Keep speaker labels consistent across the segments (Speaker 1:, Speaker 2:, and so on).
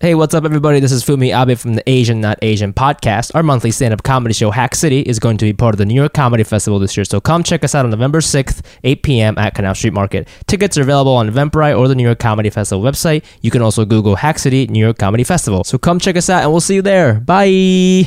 Speaker 1: Hey, what's up, everybody? This is Fumi Abe from the Asian Not Asian podcast. Our monthly stand up comedy show, Hack City, is going to be part of the New York Comedy Festival this year, so come check us out on November 6th, 8 p.m. at Canal Street Market. Tickets are available on Eventbrite or the New York Comedy Festival website. You can also Google Hack City New York Comedy Festival. So come check us out, and we'll see you there. Bye!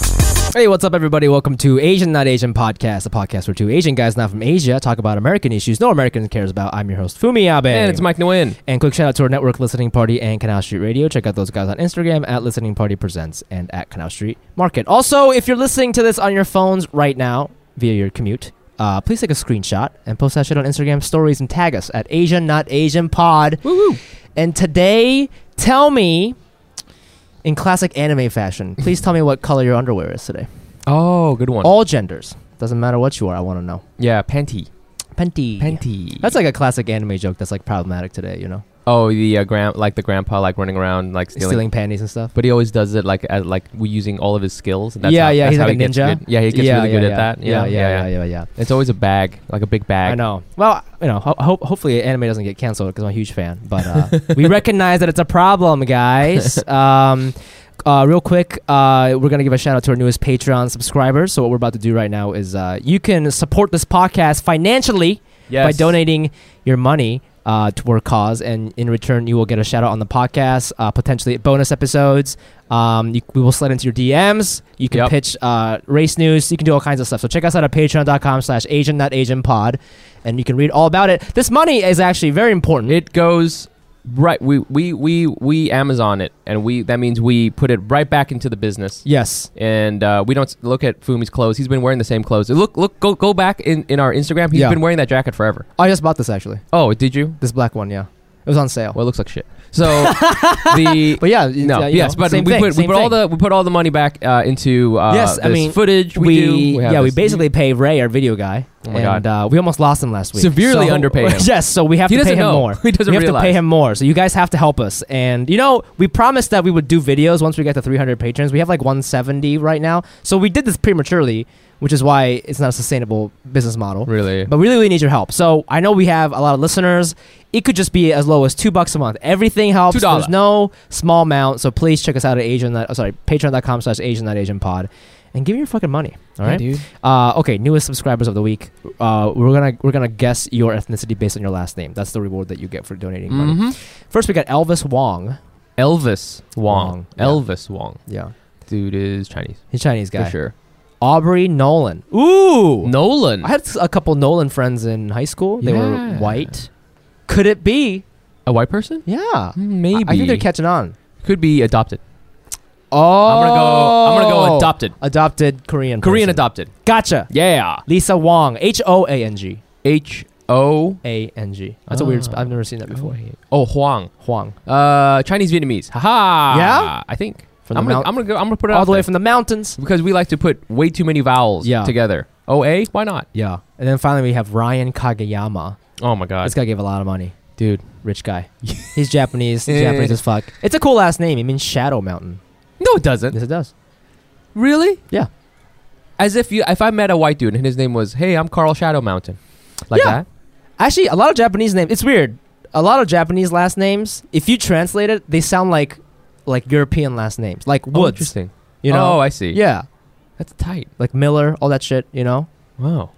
Speaker 1: Hey, what's up, everybody? Welcome to Asian Not Asian Podcast, a podcast where two Asian guys not from Asia talk about American issues no American cares about. I'm your host, Fumi Abe.
Speaker 2: And it's Mike Nguyen.
Speaker 1: And quick shout out to our network, Listening Party and Canal Street Radio. Check out those guys on Instagram at Listening Party Presents and at Canal Street Market. Also, if you're listening to this on your phones right now via your commute, uh, please take a screenshot and post that shit on Instagram stories and tag us at Asian Not Asian Pod. Woo-woo. And today, tell me, in classic anime fashion, please tell me what color your underwear is today.
Speaker 2: Oh, good one.
Speaker 1: All genders. Doesn't matter what you are, I want to know.
Speaker 2: yeah, panty.
Speaker 1: Panty.
Speaker 2: Panty.
Speaker 1: That's like a classic anime joke that's like problematic today, you know?
Speaker 2: oh, the uh, grand like the grandpa like running around like stealing.
Speaker 1: Stealing, panties and stuff.
Speaker 2: But he always does it like at, like we using all of his skills. and
Speaker 1: yeah,
Speaker 2: how-
Speaker 1: yeah,
Speaker 2: that's
Speaker 1: he's
Speaker 2: how
Speaker 1: like a
Speaker 2: he gets
Speaker 1: ninja.
Speaker 2: good- Yeah, he gets
Speaker 1: yeah,
Speaker 2: really
Speaker 1: yeah,
Speaker 2: good
Speaker 1: yeah.
Speaker 2: at that.
Speaker 1: Yeah, yeah, yeah, yeah, yeah.
Speaker 2: It's always a bag, like a big bag.
Speaker 1: I know. Well, you know, ho- ho- hopefully anime doesn't get canceled because I'm a huge fan. But uh, we recognize that it's a problem, guys. Um, uh, real quick, uh, we're gonna give a shout out to our newest Patreon subscribers. So what we're about to do right now is uh, you can support this podcast financially
Speaker 2: Yes.
Speaker 1: by donating your money. Uh, to our cause, and in return, you will get a shout out on the podcast, uh, potentially bonus episodes. Um, you, we will slide into your DMs. You can
Speaker 2: Yep.
Speaker 1: pitch uh, race news. You can do all kinds of stuff. So check us out at patreon.com slash Asian Not Asian Pod, and you can read all about it. This money is actually very important.
Speaker 2: It goes right. We we we we Amazon it, and we that means we put it right back into the business.
Speaker 1: yes.
Speaker 2: And uh, we don't s- look at Fumi's clothes. He's been wearing the same clothes. Look, look, go, go back in, in our Instagram. He's
Speaker 1: Yeah.
Speaker 2: been wearing that jacket forever.
Speaker 1: I just bought this actually.
Speaker 2: Oh, did you?
Speaker 1: This black one, yeah. It was on sale.
Speaker 2: Well, it looks like shit. So the
Speaker 1: but yeah,
Speaker 2: no,
Speaker 1: yeah, you
Speaker 2: yes,
Speaker 1: know,
Speaker 2: but we
Speaker 1: same
Speaker 2: put
Speaker 1: thing,
Speaker 2: we put
Speaker 1: same
Speaker 2: all
Speaker 1: thing.
Speaker 2: the we put all the money back uh, into uh,
Speaker 1: Yes, I
Speaker 2: this
Speaker 1: mean,
Speaker 2: footage. We, do. have
Speaker 1: yeah, we
Speaker 2: this-
Speaker 1: basically pay Ray, our video guy,
Speaker 2: Oh my
Speaker 1: and
Speaker 2: God.
Speaker 1: uh, we almost lost him last week.
Speaker 2: Severely underpaid him.
Speaker 1: yes, so we have
Speaker 2: He
Speaker 1: to pay
Speaker 2: doesn't
Speaker 1: him
Speaker 2: know.
Speaker 1: more.
Speaker 2: He doesn't
Speaker 1: we have to pay
Speaker 2: realize.
Speaker 1: him more. So you guys have to help us. And you know, we promised that we would do videos once we get to 300 patrons. We have like 170 right now, so we did this prematurely, which is why it's not a sustainable business model.
Speaker 2: really
Speaker 1: But really, we need your help. So I know we have a lot of listeners. It could just be as low as two bucks a month. Everything helps.
Speaker 2: Two dollar.
Speaker 1: There's no small amount. So please check us out at Asian. Oh, sorry, patreon.com slash Asian Not Asian Pod, and give me your fucking money. All right.
Speaker 2: dude.
Speaker 1: uh, okay. Newest subscribers of the week. Uh, we're gonna we're gonna guess your ethnicity based on your last name. That's the reward that you get for donating money.
Speaker 2: Mhm.
Speaker 1: First, we got Elvis Wong.
Speaker 2: Elvis Wong.
Speaker 1: Wong, yeah.
Speaker 2: Elvis Wong.
Speaker 1: Yeah,
Speaker 2: Dude is Chinese
Speaker 1: he's a Chinese guy.
Speaker 2: for sure.
Speaker 1: Aubrey Nolan. Ooh.
Speaker 2: Nolan.
Speaker 1: I had a couple Nolan friends in high school. They
Speaker 2: Yeah.
Speaker 1: were white. Could it be?
Speaker 2: a white person?
Speaker 1: Yeah.
Speaker 2: Maybe.
Speaker 1: I think they're catching on.
Speaker 2: could be adopted.
Speaker 1: Oh,
Speaker 2: I'm gonna go. I'm gonna go adopted.
Speaker 1: Adopted Korean.
Speaker 2: Korean
Speaker 1: person.
Speaker 2: adopted.
Speaker 1: Gotcha.
Speaker 2: Yeah.
Speaker 1: Lisa Wong. H O A N G.
Speaker 2: H O.
Speaker 1: A N G. That's a weird. Sp-
Speaker 2: Ah.
Speaker 1: I've never seen that before.
Speaker 2: Oh, Huang.
Speaker 1: Huang.
Speaker 2: Uh, Chinese Vietnamese. Haha.
Speaker 1: Yeah?
Speaker 2: I think.
Speaker 1: From
Speaker 2: I'm
Speaker 1: the
Speaker 2: gonna.
Speaker 1: mount-
Speaker 2: I'm gonna go. I'm gonna put it
Speaker 1: All
Speaker 2: out
Speaker 1: the way
Speaker 2: there.
Speaker 1: from the mountains.
Speaker 2: because we like to put way too many vowels
Speaker 1: Yeah.
Speaker 2: together. O A. Why not?
Speaker 1: Yeah. And then finally we have Ryan Kageyama.
Speaker 2: Oh my God.
Speaker 1: This guy gave a lot of money.
Speaker 2: Dude.
Speaker 1: Rich guy. He's Japanese.
Speaker 2: Yeah.
Speaker 1: Japanese as fuck. It's a cool last name. It means Shadow Mountain.
Speaker 2: No, it doesn't.
Speaker 1: Yes, it does.
Speaker 2: Really?
Speaker 1: Yeah.
Speaker 2: As if you, if I met a white dude and his name was, hey, I'm Carl Shadow Mountain, like
Speaker 1: Yeah.
Speaker 2: that.
Speaker 1: Actually, a lot of Japanese names. It's weird. A lot of Japanese last names, if you translate it, they sound like like European last names, like
Speaker 2: Oh,
Speaker 1: Woods.
Speaker 2: interesting.
Speaker 1: you know?
Speaker 2: Oh, I see.
Speaker 1: yeah,
Speaker 2: That's tight.
Speaker 1: like Miller, all that shit. You know,
Speaker 2: Wow.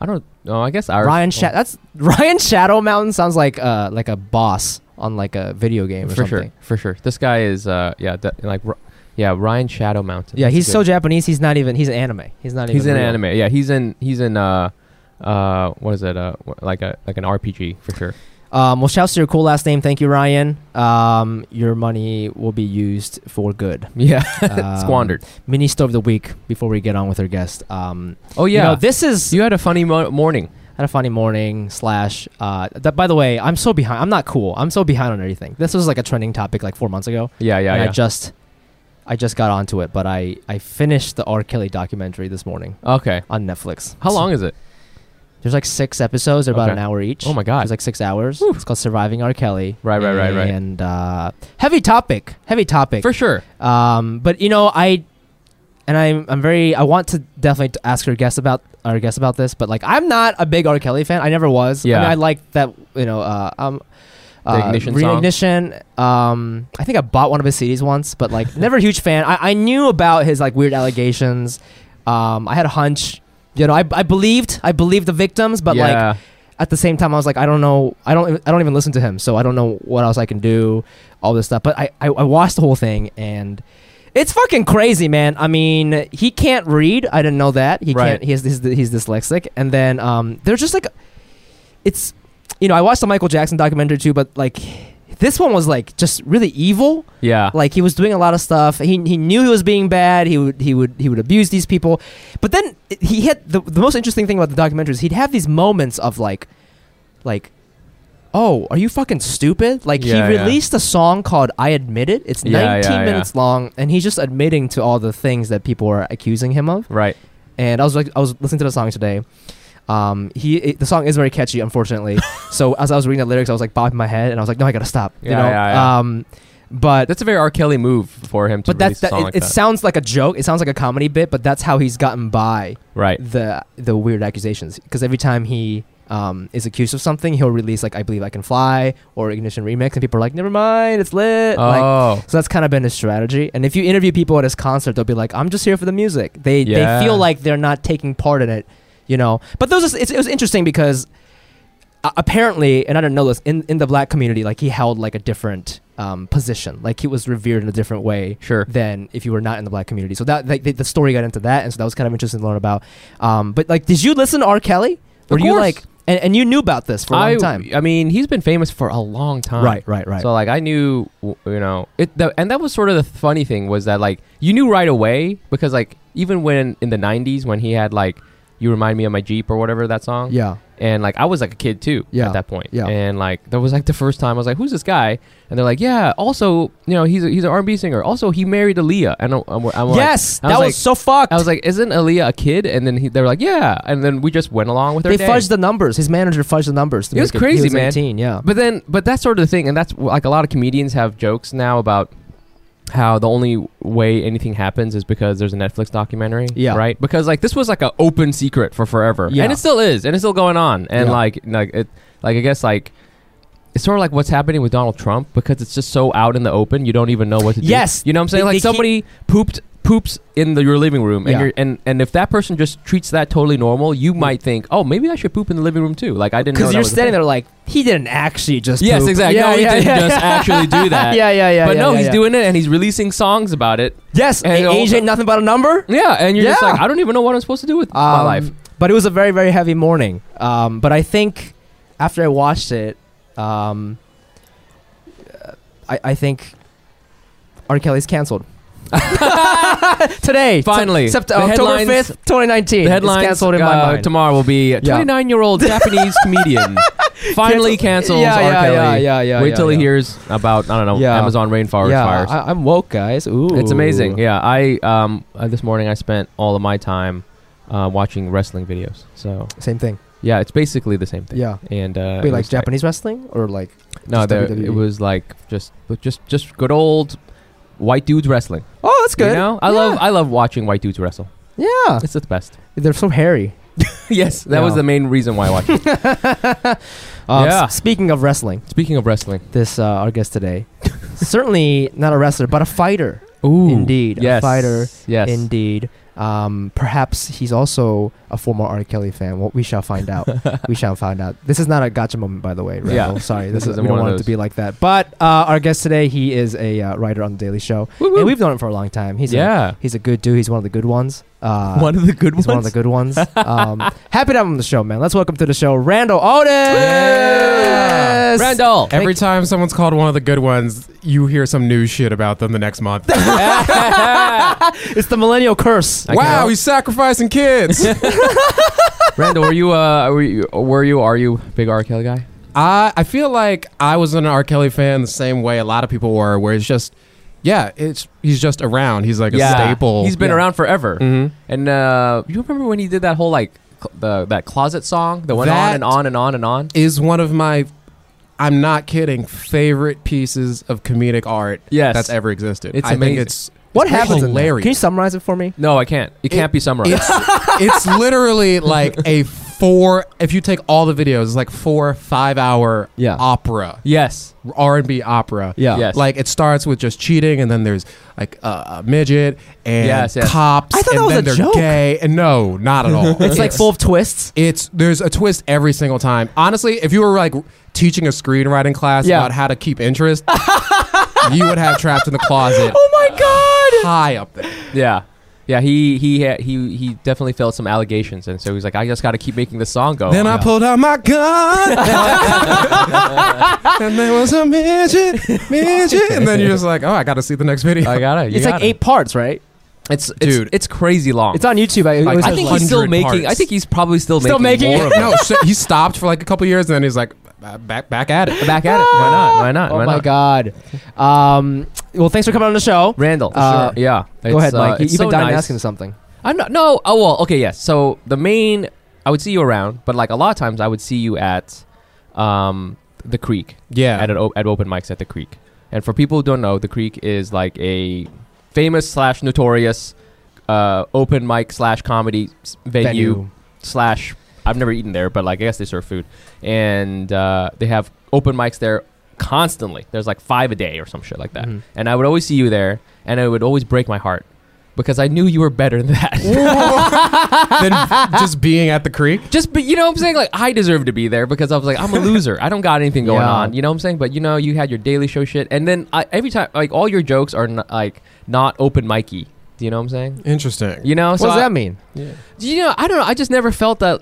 Speaker 2: I don't. Oh, I guess our
Speaker 1: Ryan. Sha- that's Ryan Shadow Mountain sounds like uh like a boss on like a video game or
Speaker 2: for
Speaker 1: something.
Speaker 2: sure. For sure. This guy is. Uh, yeah. d- like. r- Yeah, Ryan Shadow Mountain.
Speaker 1: Yeah,
Speaker 2: That's
Speaker 1: he's so
Speaker 2: good.
Speaker 1: Japanese. He's not even. He's an anime. He's not even.
Speaker 2: He's in
Speaker 1: real.
Speaker 2: anime. Yeah, he's in. He's in. Uh, uh, what is it? Uh, wh- like a like an RPG for sure.
Speaker 1: Um, well, shouts to your cool last name. Thank you, Ryan. Um, your money will be used for good.
Speaker 2: Yeah,
Speaker 1: Um,
Speaker 2: squandered.
Speaker 1: Mini story of the week before we get on with our guest. Um,
Speaker 2: Oh
Speaker 1: you
Speaker 2: yeah,
Speaker 1: know, this is
Speaker 2: you had a funny mo- morning.
Speaker 1: had a funny morning slash. Uh, that, by the way, I'm so behind. I'm not cool. I'm so behind on everything. This was like a trending topic like four months ago.
Speaker 2: Yeah, yeah,
Speaker 1: and
Speaker 2: yeah.
Speaker 1: I just, I just got onto it, but I I finished the R. Kelly documentary this morning
Speaker 2: okay,
Speaker 1: on Netflix.
Speaker 2: how
Speaker 1: So-
Speaker 2: long is it?
Speaker 1: There's like six episodes. They're about
Speaker 2: Okay.
Speaker 1: an hour each.
Speaker 2: Oh my God.
Speaker 1: It's like six hours. It's called Surviving R. Kelly.
Speaker 2: Right, right, right, right.
Speaker 1: And uh, heavy topic. Heavy topic.
Speaker 2: For sure.
Speaker 1: Um, but you know, I and I'm I'm very I want to definitely t- ask our guest about our guest about this, but like I'm not a big R. Kelly fan. I never was. I,
Speaker 2: Yeah.
Speaker 1: mean, I like that you know uh, um.
Speaker 2: The Ignition song?
Speaker 1: Reignition. Um, I think I bought one of his CDs once, but like never a huge fan. I, I knew about his like weird allegations. Um, I had a hunch. You know, I, I believed I believed the victims, but like
Speaker 2: yeah.
Speaker 1: at the same time, I was like, I don't know, I don't, I don't even listen to him, so I don't know what else I can do, all this stuff. But I, I, I watched the whole thing, and it's fucking crazy, man. I mean, he can't read. I didn't know that. He
Speaker 2: Right.
Speaker 1: can't. He has, he's, he's dyslexic, and then um, there's just like, it's, you know, I watched the Michael Jackson documentary too, but like, this one was like just really evil
Speaker 2: yeah,
Speaker 1: like he was doing a lot of stuff. He, he knew he was being bad. He would he would he would abuse these people. But then he had the, the most interesting thing about the documentary is he'd have these moments of like, like, oh, are you fucking stupid? Like
Speaker 2: Yeah,
Speaker 1: he
Speaker 2: yeah.
Speaker 1: released a song called "I Admit It." It's
Speaker 2: Yeah,
Speaker 1: 19
Speaker 2: yeah, yeah.
Speaker 1: minutes long, and he's just admitting to all the things that people are accusing him of.
Speaker 2: right.
Speaker 1: And I was like, I was listening to the song today. Um, he it- the song is very catchy, unfortunately. so as I was reading the lyrics, I was like bobbing my head, and I was like, no, I gotta stop. you
Speaker 2: Yeah,
Speaker 1: know.
Speaker 2: yeah, yeah.
Speaker 1: Um, but
Speaker 2: That's a very R. Kelly move for him to
Speaker 1: but that's
Speaker 2: release a
Speaker 1: that,
Speaker 2: song
Speaker 1: it,
Speaker 2: like
Speaker 1: it
Speaker 2: that.
Speaker 1: sounds like a joke it sounds like a comedy bit but that's how he's gotten by
Speaker 2: right.
Speaker 1: the the weird accusations because every time he um, is accused of something he'll release like i believe i can fly or ignition remix and people are like never mind it's lit like,
Speaker 2: Oh,
Speaker 1: so that's kind of been his strategy and if you interview people at his concert they'll be like i'm just here for the music they
Speaker 2: Yeah.
Speaker 1: they feel like they're not taking part in it you know but those it's, it was interesting because uh, apparently and i didn't know this in, in the black community like he held like a different um, position like he was revered in a different way
Speaker 2: sure.
Speaker 1: than if you were not in the black community. So that like, the, the story got into that, and so that was kind of interesting to learn about. Um, but like, did you listen to R. Kelly? Were you
Speaker 2: course.
Speaker 1: like, and, and you knew about this for a long
Speaker 2: I,
Speaker 1: time,
Speaker 2: I mean, he's been famous for a long time.
Speaker 1: right? Right? Right?
Speaker 2: So like I knew, w- you know, it. The, and that was sort of the funny thing was that like you knew right away because like even when in the '90s when he had like "You Remind Me of My Jeep" or whatever that song,
Speaker 1: yeah,
Speaker 2: and like I was like a kid too
Speaker 1: Yeah.
Speaker 2: at that point,
Speaker 1: Yeah.
Speaker 2: and like that was like the first time I was like, "Who's this guy?" And they're like, "Yeah." Also, you know, he's a, he's an R&B singer. Also, he married Aaliyah, and I'm, I'm, I'm like-
Speaker 1: yes,
Speaker 2: I
Speaker 1: that was
Speaker 2: like-
Speaker 1: so fucked.
Speaker 2: I was like, "Isn't Aaliyah a kid?" And then he, they were like, "Yeah," and then we just went along with
Speaker 1: they
Speaker 2: their day.
Speaker 1: fudged the numbers. His manager fudged the numbers. to
Speaker 2: It was
Speaker 1: make
Speaker 2: crazy,
Speaker 1: he was
Speaker 2: man.
Speaker 1: 18, yeah,
Speaker 2: But then, but that's sort of the thing, and that's like a lot of comedians have jokes now about how the only way anything happens is because there's a Netflix documentary,
Speaker 1: Yeah.
Speaker 2: right? Because like this was like an open secret for forever,
Speaker 1: Yeah.
Speaker 2: and it still is, and it's still going on, and
Speaker 1: Yeah.
Speaker 2: like like it, like I guess like. It's sort of like what's happening with Donald Trump because it's just so out in the open, you don't even know what to do.
Speaker 1: Yes.
Speaker 2: you know what I'm saying?
Speaker 1: They-
Speaker 2: like
Speaker 1: they keep-
Speaker 2: somebody pooped poops in the, your living room, and
Speaker 1: Yeah. Mm.
Speaker 2: you're, and and if that person just treats that totally normal, you might think, oh, maybe I should poop in the living room too. Like I didn't. know
Speaker 1: because
Speaker 2: that
Speaker 1: you're
Speaker 2: was a
Speaker 1: standing
Speaker 2: thing.
Speaker 1: there like he didn't actually just.
Speaker 2: Yes,
Speaker 1: poop.
Speaker 2: exactly. No, he didn't just actually do that.
Speaker 1: yeah, yeah, yeah.
Speaker 2: but
Speaker 1: yeah,
Speaker 2: no,
Speaker 1: yeah,
Speaker 2: he's
Speaker 1: yeah.
Speaker 2: doing it and he's releasing songs about it.
Speaker 1: Yes,
Speaker 2: and oh.
Speaker 1: and
Speaker 2: all-
Speaker 1: age ain't nothing but a number.
Speaker 2: Yeah, and you're just
Speaker 1: Yeah.
Speaker 2: like, I don't even know what I'm supposed to do with my
Speaker 1: Um,
Speaker 2: life.
Speaker 1: But it was a very, very heavy morning. Um, but I think after I watched it, um, I, I think R. Kelly's canceled. Today,
Speaker 2: Finally.
Speaker 1: Sept-
Speaker 2: The
Speaker 1: October
Speaker 2: headlines-
Speaker 1: fifth, 2019.
Speaker 2: The headline uh,
Speaker 1: it's canceled in my mind.
Speaker 2: tomorrow will be 29 year old Japanese comedian finally cancels
Speaker 1: yeah,
Speaker 2: R.
Speaker 1: yeah,
Speaker 2: Kelly.
Speaker 1: yeah, yeah, yeah.
Speaker 2: Wait
Speaker 1: yeah,
Speaker 2: till
Speaker 1: yeah.
Speaker 2: he hears about I don't know
Speaker 1: Yeah.
Speaker 2: Amazon rainforest
Speaker 1: Yeah,
Speaker 2: fires.
Speaker 1: I, I'm woke, guys. Ooh,
Speaker 2: it's amazing. Yeah, I um uh, this morning I spent all of my time uh, watching wrestling videos. So
Speaker 1: Same thing.
Speaker 2: yeah, it's basically the same thing.
Speaker 1: Yeah.
Speaker 2: And uh,
Speaker 1: Wait,
Speaker 2: it
Speaker 1: like
Speaker 2: was nice.
Speaker 1: Japanese wrestling or like?
Speaker 2: No,
Speaker 1: Just
Speaker 2: there,
Speaker 1: WWE.
Speaker 2: it was like just but just just good old white dudes wrestling.
Speaker 1: Oh, that's good.
Speaker 2: You know, I
Speaker 1: Yeah.
Speaker 2: love I love watching white dudes wrestle.
Speaker 1: Yeah,
Speaker 2: It's the best.
Speaker 1: they're so hairy.
Speaker 2: yes, that was
Speaker 1: Yeah.
Speaker 2: the main reason why I watched it.
Speaker 1: Um,
Speaker 2: Yeah.
Speaker 1: s- speaking of wrestling.
Speaker 2: Speaking of wrestling,
Speaker 1: this uh, our guest today. Certainly not a wrestler, but a fighter.
Speaker 2: ooh,
Speaker 1: Indeed, a
Speaker 2: yes,
Speaker 1: fighter
Speaker 2: yes,
Speaker 1: Indeed. Um, perhaps he's also a former R. Kelly fan. Well, we shall find out. we shall find out. This is not a gotcha moment, by the way. Rebel.
Speaker 2: Yeah.
Speaker 1: Sorry,
Speaker 2: This
Speaker 1: this, is,
Speaker 2: isn't
Speaker 1: we don't
Speaker 2: one
Speaker 1: want
Speaker 2: of
Speaker 1: it to
Speaker 2: those.
Speaker 1: be like that. But uh, our guest today, he is a uh, writer on the Daily Show,
Speaker 2: Woo, woo.
Speaker 1: and we've known him for a long time. He's a,
Speaker 2: yeah,
Speaker 1: he's a good dude. He's one of the good ones. Uh,
Speaker 2: one of the good
Speaker 1: he's
Speaker 2: ones.
Speaker 1: one of the good ones. Um, happy to have him on the show, man. Let's welcome to the show, Randall Otis.
Speaker 2: Yeah.
Speaker 1: Randall.
Speaker 3: Every time someone's called one of the good ones, you hear some new shit about them the next month.
Speaker 1: it's the millennial curse.
Speaker 3: wow, he's sacrificing kids.
Speaker 2: Randall, were you uh, were you, were you, are you big R. Kelly guy?
Speaker 3: I I feel like I was an R. Kelly fan the same way a lot of people were, where it's just, yeah, it's he's just around. He's like a staple.
Speaker 2: He's been
Speaker 3: Yeah.
Speaker 2: around forever.
Speaker 3: Mhm.
Speaker 2: And uh, you remember when he did that whole like cl- the that closet song that went on
Speaker 3: That-
Speaker 2: and on and on and on?
Speaker 3: Is one of my, I'm not kidding, favorite pieces of comedic art
Speaker 2: Yes.
Speaker 3: that's ever existed.
Speaker 2: It's
Speaker 3: I think
Speaker 2: amazing.
Speaker 3: it's
Speaker 1: What
Speaker 3: it's
Speaker 1: happens in there?
Speaker 3: Hilarious.
Speaker 1: Can you summarize it for me?
Speaker 2: No, I can't. It, can't be summarized.
Speaker 3: It's it's literally like a four. If you take all the videos, it's like four five hour
Speaker 1: Yeah.
Speaker 3: opera
Speaker 2: yes.
Speaker 3: R and B opera.
Speaker 1: Yeah.
Speaker 2: Yes.
Speaker 3: Like it starts with just cheating, and then there's like uh, a midget and
Speaker 2: Yes, yes.
Speaker 3: cops.
Speaker 1: I thought
Speaker 3: and
Speaker 1: that was
Speaker 3: then
Speaker 1: a
Speaker 3: they're
Speaker 1: joke.
Speaker 3: gay. And no, not at all.
Speaker 1: It's like full of twists.
Speaker 3: It's there's a twist every single time. Honestly, if you were like teaching a screenwriting class
Speaker 1: Yeah.
Speaker 3: about how to keep interest, you would have trapped in the closet
Speaker 1: Oh my god!
Speaker 3: high up there.
Speaker 2: Yeah. Yeah, he he had, he he definitely felt some allegations, and so he's like, I just got to keep making this song
Speaker 1: Oh,
Speaker 2: go.
Speaker 3: Then I
Speaker 2: Yeah.
Speaker 3: pulled out my gun, and there was a midget, midget, and then you're just like, oh, I got to see the next video.
Speaker 2: I gotta. you
Speaker 1: It's like
Speaker 2: gotta.
Speaker 1: eight parts, right?
Speaker 2: It's,
Speaker 3: Dude.
Speaker 2: It's, it's crazy long.
Speaker 1: It's on YouTube. I,
Speaker 3: Like,
Speaker 1: always
Speaker 2: I
Speaker 1: have
Speaker 2: think
Speaker 1: fun.
Speaker 2: he's still
Speaker 3: 100
Speaker 2: making. I
Speaker 3: parts.
Speaker 2: think he's probably still,
Speaker 1: Still making
Speaker 2: more
Speaker 1: it?
Speaker 2: of them.
Speaker 3: no, so he stopped for like a couple years, and then he's like, "Ba- back, back at it.
Speaker 2: Back at it. Why not? Why not?
Speaker 1: Oh
Speaker 2: Why
Speaker 1: my
Speaker 2: not?
Speaker 1: god! Um, well, thanks for coming on the show.
Speaker 2: Randall.
Speaker 1: Uh,
Speaker 2: sure. Yeah.
Speaker 1: Go ahead, Mike. you,
Speaker 2: it's
Speaker 1: you've been
Speaker 2: so
Speaker 1: dying to
Speaker 2: nice.
Speaker 1: ask him something.
Speaker 2: I'm not. No. Oh well. Okay. Yes. So the main, I would see you around, but like a lot of times, I would see you at, um, the creek
Speaker 3: Yeah,
Speaker 2: at an o- at open mics at the creek. And for people who don't know, the creek is like a famous slash notorious, uh, open mic slash comedy s- venue slash I've never eaten there, but like I guess they serve food, and uh, they have open mics there constantly. There's like five a day or some shit like that,
Speaker 1: Mhm.
Speaker 2: and I would always see you there, and it would always break my heart because I knew you were better than that.
Speaker 3: then just being at the creek.
Speaker 2: Just but you know what I'm saying like I deserve to be there because I was like I'm a loser. I don't got anything going
Speaker 1: Yeah.
Speaker 2: on. You know what I'm saying? But you know you had your daily show shit, and then I, every time like all your jokes are n- like not open micy. Do you know what I'm saying?
Speaker 3: Interesting.
Speaker 2: You know
Speaker 1: What
Speaker 2: so
Speaker 1: does
Speaker 2: I-
Speaker 1: that mean?
Speaker 2: you know, I don't know. I just never felt that.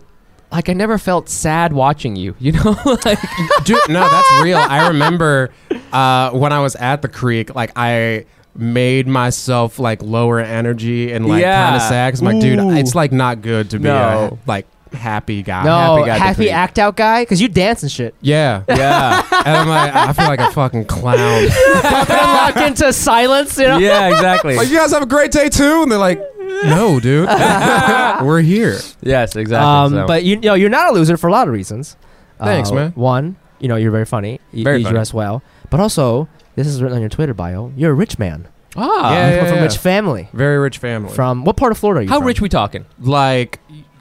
Speaker 2: Like I never felt sad watching you. You know, like
Speaker 3: Dude, no, that's real. I remember uh, when I was at the creek, like I made myself like lower energy and like
Speaker 2: Yeah.
Speaker 3: kind of sad 'cause I'm like, dude,
Speaker 1: Ooh.
Speaker 3: it's like not good to be a,
Speaker 2: No.
Speaker 3: like happy guy.
Speaker 1: uh, No,
Speaker 2: happy guy
Speaker 1: happy,
Speaker 2: to creep.
Speaker 1: act out guy, because you dance and shit.
Speaker 3: Yeah, yeah. and I'm like, I feel like a fucking clown.
Speaker 1: Lock into silence, you know.
Speaker 2: yeah, exactly.
Speaker 3: like, you guys have a great day too, and they're like, no, dude, we're here.
Speaker 2: yes, exactly.
Speaker 1: Um,
Speaker 2: so.
Speaker 1: but you, you know, you're not a loser for a lot of reasons. Uh,
Speaker 3: Thanks, man.
Speaker 1: One, you know, you're very funny. You,
Speaker 2: Very
Speaker 1: you
Speaker 2: funny.
Speaker 1: dress well, but also, this is written on your Twitter bio. You're a rich man.
Speaker 2: ah,
Speaker 3: Yeah,
Speaker 1: You come
Speaker 3: yeah,
Speaker 1: from
Speaker 3: yeah.
Speaker 1: rich family.
Speaker 3: Very rich family.
Speaker 1: From what part of Florida are you
Speaker 2: how
Speaker 1: from?
Speaker 2: rich we talking?
Speaker 3: like,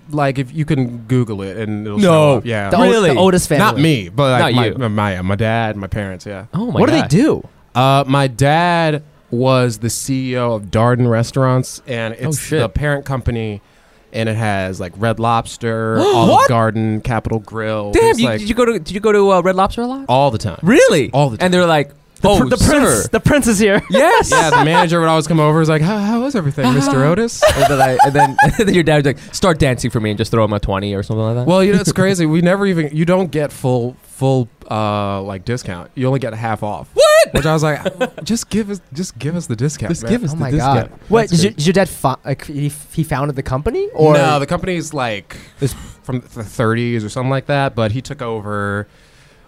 Speaker 3: like if you can Google it and it'll
Speaker 2: No.
Speaker 3: show up. yeah.
Speaker 1: The, Ot-
Speaker 2: Really?
Speaker 1: the Otis family.
Speaker 3: Not me, but
Speaker 2: Not
Speaker 3: like
Speaker 2: you.
Speaker 3: my, my my dad, my parents, yeah.
Speaker 2: Oh my!
Speaker 1: what do they do?
Speaker 3: Uh, my dad was the CEO of Darden Restaurants, and it's
Speaker 2: Oh, shit.
Speaker 3: the parent company, and it has like Red Lobster, Olive
Speaker 2: What?
Speaker 3: Garden, Capital Grill.
Speaker 2: Damn,
Speaker 3: There's,
Speaker 2: you,
Speaker 3: like,
Speaker 2: did you go to did you go to uh, Red Lobster a lot?
Speaker 3: all the time.
Speaker 2: Really?
Speaker 3: All the time.
Speaker 2: And they're like,
Speaker 1: The,
Speaker 2: oh,
Speaker 1: pr- the
Speaker 2: sir.
Speaker 1: prince. The prince is here.
Speaker 2: yes.
Speaker 3: Yeah, the manager would always come over. Is like, how, how was everything, Mr. Otis?
Speaker 2: and then, I, and then, and then your dad was like, start dancing for me and just throw him a twenty or something like that.
Speaker 3: Well, you know, it's crazy. We never even you don't get full full uh like discount. You only get half off. What? Which I was like, just give us just give us the discount.
Speaker 2: Just
Speaker 3: man.
Speaker 2: give us
Speaker 1: oh
Speaker 2: the
Speaker 1: my
Speaker 2: discount.
Speaker 1: god! Wait, did,
Speaker 2: That's crazy.
Speaker 1: you, did your dad fi- like, he, he founded the company or
Speaker 3: no, the company's like
Speaker 1: It's-
Speaker 3: from the 30s or something like that. But he took over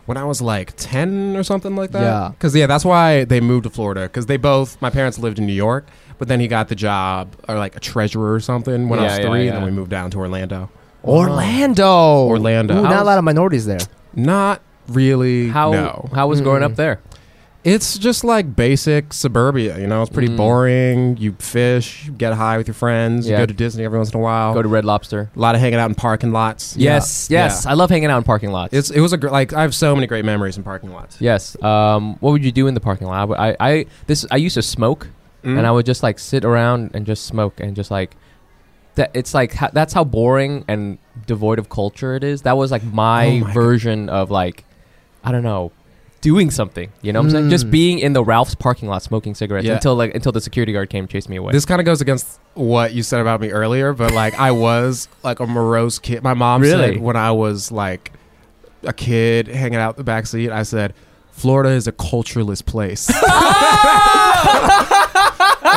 Speaker 3: when I was like 10 or something like that.
Speaker 1: Yeah.
Speaker 3: because yeah, that's why they moved to Florida. Because they both my parents lived in New York, but then he got the job or like a treasurer or something when I
Speaker 2: Yeah,
Speaker 3: was
Speaker 2: yeah,
Speaker 3: three,
Speaker 2: yeah.
Speaker 3: and then we moved down to Orlando.
Speaker 1: Orlando?
Speaker 3: Orlando.
Speaker 1: Oh. Ooh,
Speaker 3: I
Speaker 1: not a
Speaker 3: was-
Speaker 1: lot of minorities there.
Speaker 3: Not really.
Speaker 2: how
Speaker 3: No.
Speaker 2: how was growing up there?
Speaker 3: It's just like basic suburbia. You know, it's pretty
Speaker 2: Mm.
Speaker 3: boring. You fish, you get high with your friends,
Speaker 2: Yeah.
Speaker 3: you go to Disney every once in a while.
Speaker 2: Go to Red Lobster.
Speaker 3: a lot of hanging out in parking lots.
Speaker 2: Yes,
Speaker 3: Yeah.
Speaker 2: yes. I love hanging out in parking lots.
Speaker 3: It's it was a gr- like I have so many great memories in parking lots.
Speaker 2: Yes. Um, what would you do in the parking lot? I, would- I, I this I used to smoke,
Speaker 3: Mm. Mm-hmm.
Speaker 2: and I would just like sit around and just smoke and just like that. It's like ho- that's how boring and devoid of culture it is. That was like my,
Speaker 3: Oh my
Speaker 2: version of like I don't know doing something. You know what I'm saying? Just
Speaker 1: Mm.
Speaker 2: being in the Ralph's parking lot smoking cigarettes
Speaker 3: Yeah.
Speaker 2: until like until the security guard came and chased me away.
Speaker 3: This kind of goes against what you said about me earlier, but like I was like a morose kid. My mom
Speaker 2: Really?
Speaker 3: said when I was like a kid hanging out the back seat. I said, "Florida is a cultureless place."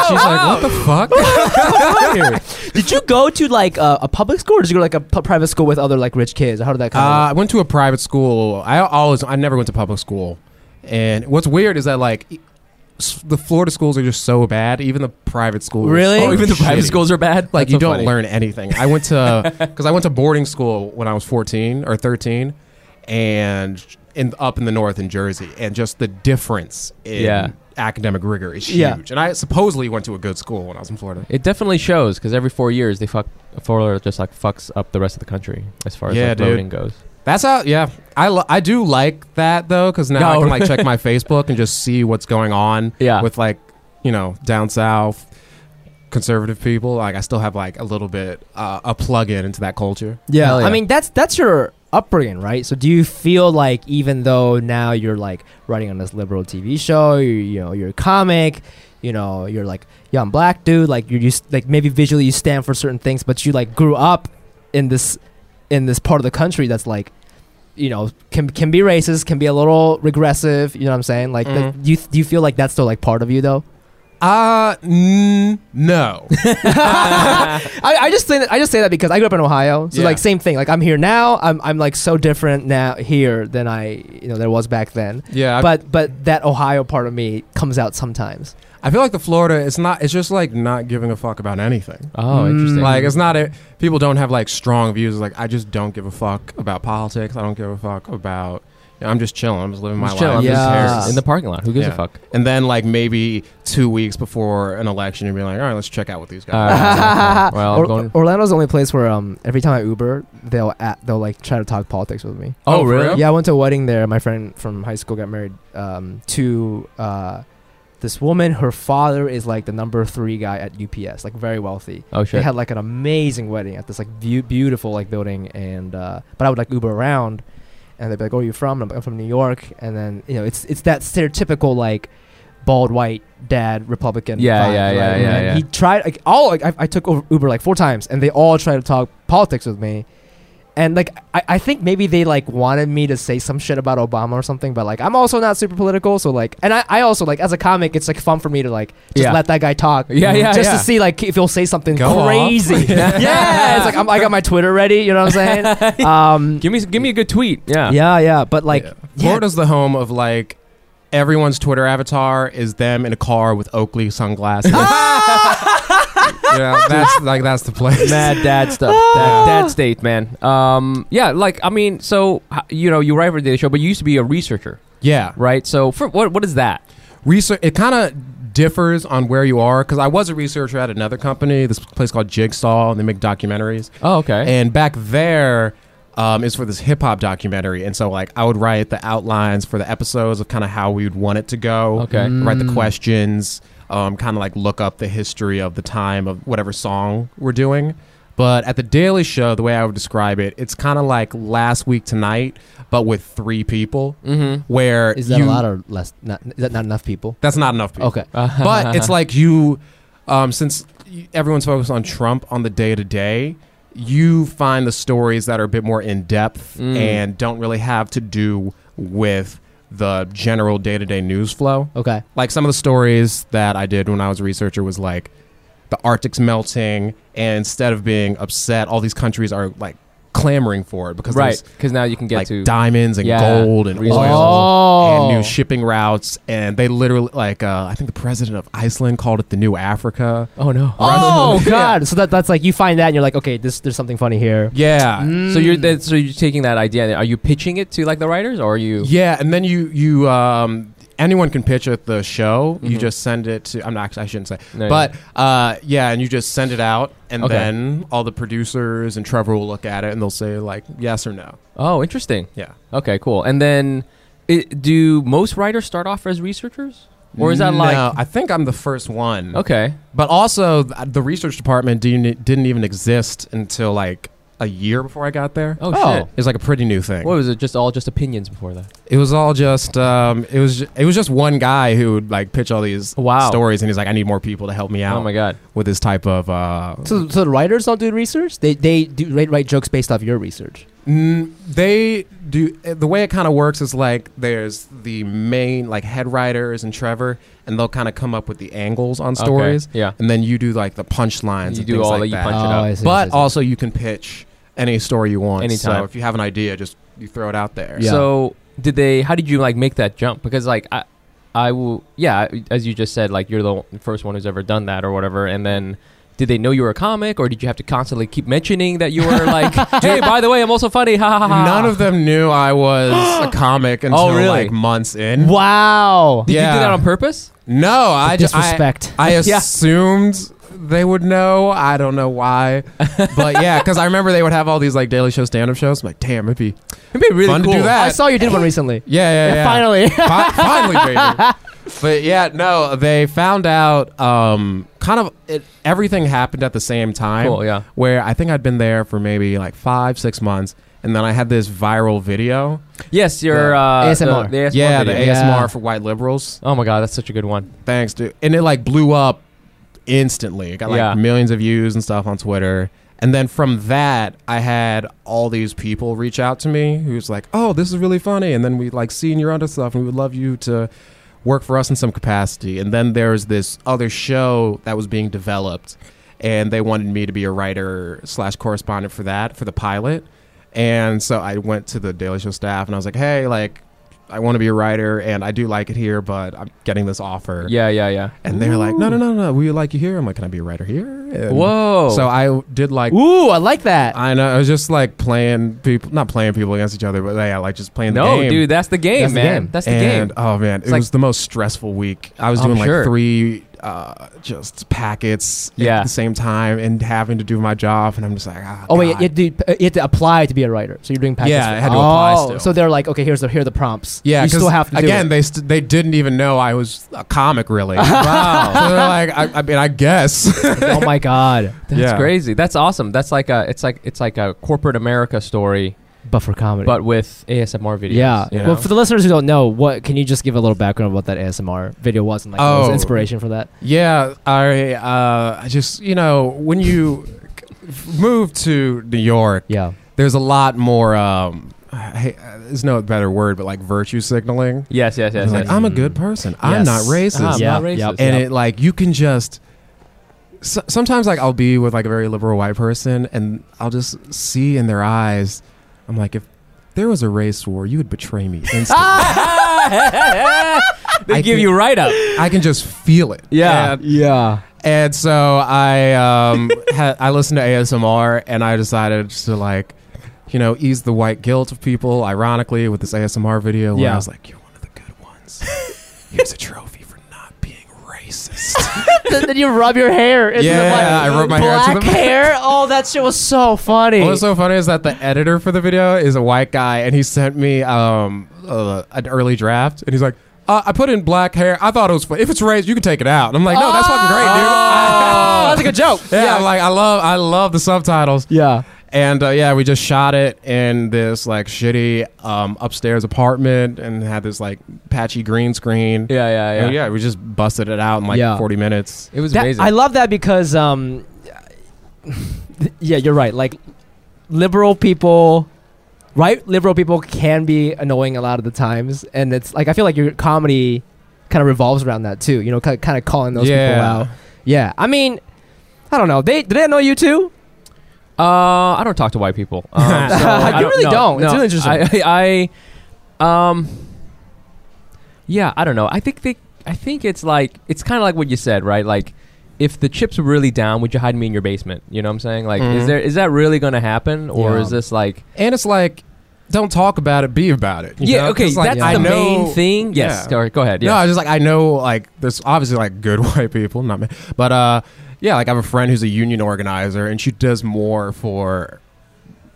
Speaker 3: She's like, "What the fuck?"
Speaker 1: did you go to like a, a public school, or did you go to like a pu- private school with other like rich kids? How did that
Speaker 3: Uh,
Speaker 1: kind of?
Speaker 3: I went to a private school. I always, I never went to public school. And what's weird is that like e, s- the Florida schools are just so bad. Even the private schools,
Speaker 1: Really?
Speaker 3: are
Speaker 1: Oh,
Speaker 2: even the private
Speaker 3: shitty.
Speaker 2: schools are bad.
Speaker 3: like
Speaker 2: That's
Speaker 3: you
Speaker 2: so
Speaker 3: don't
Speaker 2: funny.
Speaker 3: learn anything. I went to because I went to boarding school when I was fourteen or thirteen, and in up in the north in Jersey, and just the difference in
Speaker 2: Yeah.
Speaker 3: academic rigor is huge.
Speaker 1: Yeah.
Speaker 3: And I supposedly went to a good school when I was in Florida.
Speaker 2: It definitely shows because every four years they fuck Florida just like fucks up the rest of the country as far as
Speaker 3: Yeah,
Speaker 2: like,
Speaker 3: dude.
Speaker 2: voting goes.
Speaker 3: That's how. Yeah, I lo- I do like that though because now I
Speaker 2: No.
Speaker 3: can like check my Facebook and just see what's going on.
Speaker 2: Yeah.
Speaker 3: with like you know down south conservative people. Like I still have like a little bit uh, a plug in into that culture.
Speaker 1: Yeah,
Speaker 2: Hell yeah.
Speaker 1: I mean that's that's your upbringing, right? So do you feel like even though now you're like writing on this liberal TV show, you, you know, you're a comic, you know, you're like young black dude, like you're just like maybe visually you stand for certain things, but you like grew up in this in this part of the country that's like you know can can be racist, can be a little regressive. You know what I'm saying? Like, that- do you do you feel like that's still like part of you though?
Speaker 3: Uh, n- no.
Speaker 1: I, I just say that I just say that because I grew up in Ohio, so
Speaker 3: Yeah.
Speaker 1: like same thing. Like I'm here now. I'm I'm like so different now here than I you know there was back then.
Speaker 3: yeah, I-
Speaker 1: But but that Ohio part of me comes out sometimes.
Speaker 3: I feel like the Florida, it's not. It's just like not giving a fuck about anything.
Speaker 2: Oh,
Speaker 1: Mm.
Speaker 2: interesting.
Speaker 3: Like it's not. A, people don't have like strong views. Like I just don't give a fuck about politics. I don't give a fuck about. I'm just chilling. I'm just living my
Speaker 2: Just chill,
Speaker 3: life.
Speaker 2: I'm just
Speaker 1: Yeah.
Speaker 2: here in the parking lot. Who gives
Speaker 3: Yeah.
Speaker 2: a fuck?
Speaker 3: And then like maybe two weeks before an election, you'd be like, all right, let's check out what these guys. are.
Speaker 2: Uh, well,
Speaker 1: Or-
Speaker 2: going-
Speaker 1: Orlando's the only place where um every time I Uber they'll at, they'll like try to talk politics with me.
Speaker 2: oh,
Speaker 3: Oh, for
Speaker 2: really?
Speaker 3: Yep. real?
Speaker 1: Yeah, I went to a wedding there. My friend from high school got married um, to uh, this woman. Her father is like the number three guy at UPS, like very wealthy.
Speaker 2: Oh
Speaker 1: They
Speaker 2: shit.
Speaker 1: had like an amazing wedding at this like view, beautiful like building, and uh, but I would like Uber around, and they'd be like, "Where are you from?" And I'm, like, I'm from New York, and then you know it's it's that stereotypical like bald white dad Republican.
Speaker 2: Yeah,
Speaker 1: vibe,
Speaker 2: yeah,
Speaker 1: right?
Speaker 2: yeah,
Speaker 1: And
Speaker 2: yeah,
Speaker 1: then
Speaker 2: yeah.
Speaker 1: He tried like all like I, I took over Uber like four times, and they all tried to talk politics with me. And like I, I think maybe they like wanted me to say some shit about Obama or something, but like I'm also not super political, so like and I, I also like as a comic it's like fun for me to like just
Speaker 2: Yeah.
Speaker 1: let that guy talk.
Speaker 2: Yeah, yeah,
Speaker 1: Just to
Speaker 2: yeah.
Speaker 1: see like if he'll say something
Speaker 3: Go off.
Speaker 1: crazy. yeah. it's like I'm, I got my Twitter ready. You know what I'm saying? Um,
Speaker 2: give me give me a good tweet. Yeah.
Speaker 1: yeah, yeah, but like, yeah.
Speaker 3: Yeah. Florida's the home of like everyone's Twitter avatar is them in a car with Oakley sunglasses. yeah, that's like that's the place.
Speaker 2: Mad dad stuff. Dad, dad state, man. Um, yeah, like I mean, so h- you know, you write for the Daily Show, but you used to be a researcher,
Speaker 3: Yeah,
Speaker 2: right? So, for, what what is that?
Speaker 3: research it kind of differs on where you are because i was a researcher at another company this place called jigsaw and they make documentaries
Speaker 2: Oh, okay.
Speaker 3: and back there um, is for this hip-hop documentary and so like i would write the outlines for the episodes of kind of how we would want it to go
Speaker 2: Okay.
Speaker 3: write
Speaker 1: Mm.
Speaker 3: the questions um, kind of like look up the history of the time of whatever song we're doing but at the daily show the way i would describe it it's kind of like last week tonight but with three people
Speaker 2: mm-hmm.
Speaker 3: where
Speaker 1: is that a
Speaker 3: you-
Speaker 1: lot or less? Not, is that not enough people?
Speaker 3: that's not enough people
Speaker 1: Okay.
Speaker 3: but it's like you um, since y- everyone's focused on trump on the day to day you find the stories that are a bit more in depth
Speaker 2: Mm.
Speaker 3: and don't really have to do with the general day to day news flow
Speaker 1: Okay.
Speaker 3: like some of the stories that i did when i was a researcher was like the arctic's melting and instead of being upset all these countries are like clamoring for it because
Speaker 2: right
Speaker 3: there's
Speaker 2: because now you can get
Speaker 3: like
Speaker 2: to
Speaker 3: diamonds and
Speaker 2: Yeah.
Speaker 3: gold and
Speaker 2: Resources.
Speaker 3: oil
Speaker 1: Oh.
Speaker 3: and new shipping routes. And they literally, like, uh, I think the president of Iceland called it the new Africa.
Speaker 2: oh no.
Speaker 1: oh God! So that that's like you find that and you're like, okay, this there's something funny here.
Speaker 3: Yeah.
Speaker 2: So
Speaker 3: Mm.
Speaker 2: you're that, so you're taking that idea. and Are you pitching it to like the writers, or are you?
Speaker 3: Yeah. And then you, you, um, anyone can pitch at the show. You just send it to, I'm not, I shouldn't say,
Speaker 2: Mm-hmm. No,
Speaker 3: but, uh, yeah. And you just send it out. And
Speaker 2: Okay.
Speaker 3: then all the producers and Trevor will look at it and they'll say, like, yes or no.
Speaker 2: Oh, interesting.
Speaker 3: Yeah.
Speaker 2: Okay, cool. And then, i do most writers start off as researchers, or is that
Speaker 3: No,
Speaker 2: like
Speaker 3: I think I'm the first one.
Speaker 2: okay?
Speaker 3: But also, th- the research department didn't, e, didn't even exist until like a year before I got there.
Speaker 2: Oh, shit.
Speaker 3: It's like a pretty new thing.
Speaker 2: What was it? Just all just opinions before that.
Speaker 3: It was all just um, it was ju- it was just one guy who would like pitch all these
Speaker 2: Wow.
Speaker 3: stories, and he's like, I need more people to help me out
Speaker 2: Oh my god.
Speaker 3: with this type of uh,
Speaker 1: So so the writers don't do research. They they do write, write jokes based off your research.
Speaker 3: Mm, they do eh, the way it kind of works is like there's the main like head writers and Trevor, and they'll kind of come up with the angles on
Speaker 2: Okay,
Speaker 3: stories.
Speaker 2: yeah.
Speaker 3: and then you do like the punchlines.
Speaker 2: You
Speaker 3: and
Speaker 2: do
Speaker 3: things
Speaker 2: all
Speaker 3: like
Speaker 2: that, you
Speaker 3: that.
Speaker 2: punch
Speaker 1: Oh,
Speaker 2: it up.
Speaker 1: I see, I
Speaker 3: but
Speaker 1: see, I see.
Speaker 3: also you can pitch any story you want.
Speaker 2: Anytime.
Speaker 3: So if you have an idea, just you throw it out there.
Speaker 1: Yeah.
Speaker 2: So did they? How did you like make that jump? Because like I, I will. Yeah, as you just said, like you're the first one who's ever done that or whatever. And then. Did they know you were a comic, or did you have to constantly keep mentioning that you were like, "Hey, by the way, I'm also funny." Ha ha ha, ha.
Speaker 3: None of them knew I was a comic until
Speaker 2: Oh, really?
Speaker 3: like months in.
Speaker 1: Wow.
Speaker 2: Did you
Speaker 3: Yeah.
Speaker 2: do that on purpose?
Speaker 3: No, I just
Speaker 1: disrespect.
Speaker 3: I, I
Speaker 2: Yeah.
Speaker 3: assumed they would know. I don't know why, but yeah, because I remember they would have all these like Daily Show stand-up shows. I'm like, damn, it'd be
Speaker 2: It'd be really
Speaker 3: Fun to do that.
Speaker 1: I saw you did one recently.
Speaker 3: yeah, yeah, yeah.
Speaker 1: Finally.
Speaker 3: Fi- finally, baby. But yeah, no, they found out. Um, kind of it, everything happened at the same time.
Speaker 2: Cool, yeah.
Speaker 3: Where I think I'd been there for maybe like five, six months, and then I had this viral video.
Speaker 2: Yes, your
Speaker 3: The
Speaker 2: uh,
Speaker 1: ASMR.
Speaker 2: The, the ASMR
Speaker 3: yeah, the
Speaker 2: video.
Speaker 1: Yeah.
Speaker 3: ASMR for white liberals.
Speaker 2: Oh my god, that's such a good one.
Speaker 3: thanks dude and it like blew up instantly it got like
Speaker 2: Yeah.
Speaker 3: millions of views and stuff on twitter and then from that i had all these people reach out to me who's like oh this is really funny and then we like seeing your other stuff and we would love you to work for us in some capacity and then there's this other show that was being developed and they wanted me to be a writer slash correspondent for that for the pilot and so i went to the daily show staff and i was like hey like i want to be a writer and i do like it here but i'm getting this offer
Speaker 2: Yeah, yeah, yeah.
Speaker 3: and they're like, no, no, no, no. We like you here. I'm like, can I be a writer here? And
Speaker 2: Whoa.
Speaker 3: So I did like.
Speaker 1: Ooh, I like that.
Speaker 3: I know. I was just like playing people, not playing people against each other, but yeah, like just playing.
Speaker 2: no,
Speaker 3: the game.
Speaker 2: dude, that's the game,
Speaker 1: That's the
Speaker 2: man.
Speaker 1: game.
Speaker 2: That's the
Speaker 3: and
Speaker 2: game.
Speaker 3: oh man,
Speaker 2: It's
Speaker 3: it
Speaker 2: like-
Speaker 3: was the most stressful week. I was
Speaker 2: I'm
Speaker 3: doing like
Speaker 2: sure.
Speaker 3: three uh, just packets
Speaker 2: Yeah.
Speaker 3: at the same time and having to do my job, and I'm just like, ah,
Speaker 1: Oh wait, you
Speaker 3: God.
Speaker 1: had, to, you had to apply to be a writer, so you're doing packets.
Speaker 3: Yeah,
Speaker 1: for-
Speaker 3: I had to apply
Speaker 1: Oh,
Speaker 3: still.
Speaker 1: So they're like, okay, here's the here are the prompts.
Speaker 3: Yeah,
Speaker 1: you still
Speaker 3: 'cause,
Speaker 1: have to do
Speaker 3: again.
Speaker 1: it.
Speaker 3: They st- they didn't even know I was a comic, really. wow. So they're like, I, I mean, I guess.
Speaker 1: oh my god,
Speaker 2: That's
Speaker 3: yeah.
Speaker 2: crazy. That's awesome. That's like a it's like it's like a corporate America story,
Speaker 1: but for comedy.
Speaker 2: but with ASMR videos.
Speaker 1: yeah.
Speaker 3: you
Speaker 1: Well,
Speaker 3: know?
Speaker 1: for the listeners who don't know, what can you just give a little background of what that ASMR video was and like what was the
Speaker 3: Oh.
Speaker 1: inspiration for that?
Speaker 3: Yeah, I uh, I just you know when you c- move to New York,
Speaker 1: Yeah.
Speaker 3: there's a lot more. Um, I, I- there's no better word, but like virtue signaling.
Speaker 2: Yes, yes, yes.
Speaker 3: It's like,
Speaker 2: yes.
Speaker 3: I'm a good person. I'm
Speaker 1: Yes.
Speaker 3: not racist.
Speaker 2: I'm
Speaker 1: Yeah,
Speaker 2: not racist.
Speaker 1: yep.
Speaker 3: And it like you can just. So, sometimes like I'll be with like a very liberal white person, and I'll just see in their eyes. I'm like, if there was a race war, you would betray me. instantly.
Speaker 2: they
Speaker 3: I
Speaker 2: give
Speaker 3: think-
Speaker 2: you right up.
Speaker 3: I can just feel it.
Speaker 2: Yeah.
Speaker 3: And
Speaker 1: Yeah.
Speaker 3: And so I um ha- I listened to ASMR and I decided to like, you know, ease the white guilt of people. Ironically, with this ASMR video, where
Speaker 1: Yeah.
Speaker 3: I was like, "You're one of the good ones. Here's a trophy for not being racist."
Speaker 1: then, then you rub your hair. Into
Speaker 3: Yeah,
Speaker 1: the, like,
Speaker 3: I rub my hair into
Speaker 1: black
Speaker 3: the-
Speaker 1: hair. Oh, that shit was so funny.
Speaker 3: What's so funny is that the editor for the video is a white guy, and he sent me um uh, an early draft, and he's like. Uh, I put in black hair. I thought it was fun. If it's raised, you can take it out. And I'm like, no, that's fucking great, dude.
Speaker 1: Oh. that's a good joke.
Speaker 3: yeah, I'm like I love, I love the subtitles.
Speaker 1: yeah.
Speaker 3: And uh, yeah, we just shot it in this like shitty um, upstairs apartment and had this like patchy green screen.
Speaker 2: Yeah, yeah, yeah.
Speaker 3: And, Oh, yeah, we just busted it out in like
Speaker 1: Yeah.
Speaker 3: 40 minutes.
Speaker 2: It was
Speaker 1: That-
Speaker 2: amazing.
Speaker 1: I love that because, um, yeah, you're right. Like, liberal people, right? Liberal people can be annoying a lot of the times, and it's like I feel like your comedy kind of revolves around that too. You know, kind of calling those people
Speaker 3: Yeah.
Speaker 1: out. Yeah, I mean, I don't know. They did they annoy you too?
Speaker 2: Uh, I don't talk to white people. Um, so I
Speaker 1: You really
Speaker 2: no,
Speaker 1: don't. It's really interesting.
Speaker 2: I, I, I, um, yeah, I don't know. I think they, I think it's like it's kind of like what you said, right? Like, if the chips were really down, would you hide me in your basement? You know what I'm saying? Like, is
Speaker 3: Mhm.
Speaker 2: there is that really gonna happen, or
Speaker 1: Mm-hmm. Yeah.
Speaker 2: is this like?
Speaker 3: And it's like, don't talk about it, be about it. you
Speaker 2: yeah,
Speaker 3: know?
Speaker 2: okay,
Speaker 3: 'Cause, like,
Speaker 2: that's
Speaker 3: I
Speaker 2: the
Speaker 3: know-
Speaker 2: main thing. Yes,
Speaker 3: Yeah.
Speaker 2: All right, go ahead.
Speaker 3: No, I
Speaker 2: Yeah,
Speaker 3: was just like, I know like there's obviously like good white people, not me, but uh, yeah, like I have a friend who's a union organizer and she does more for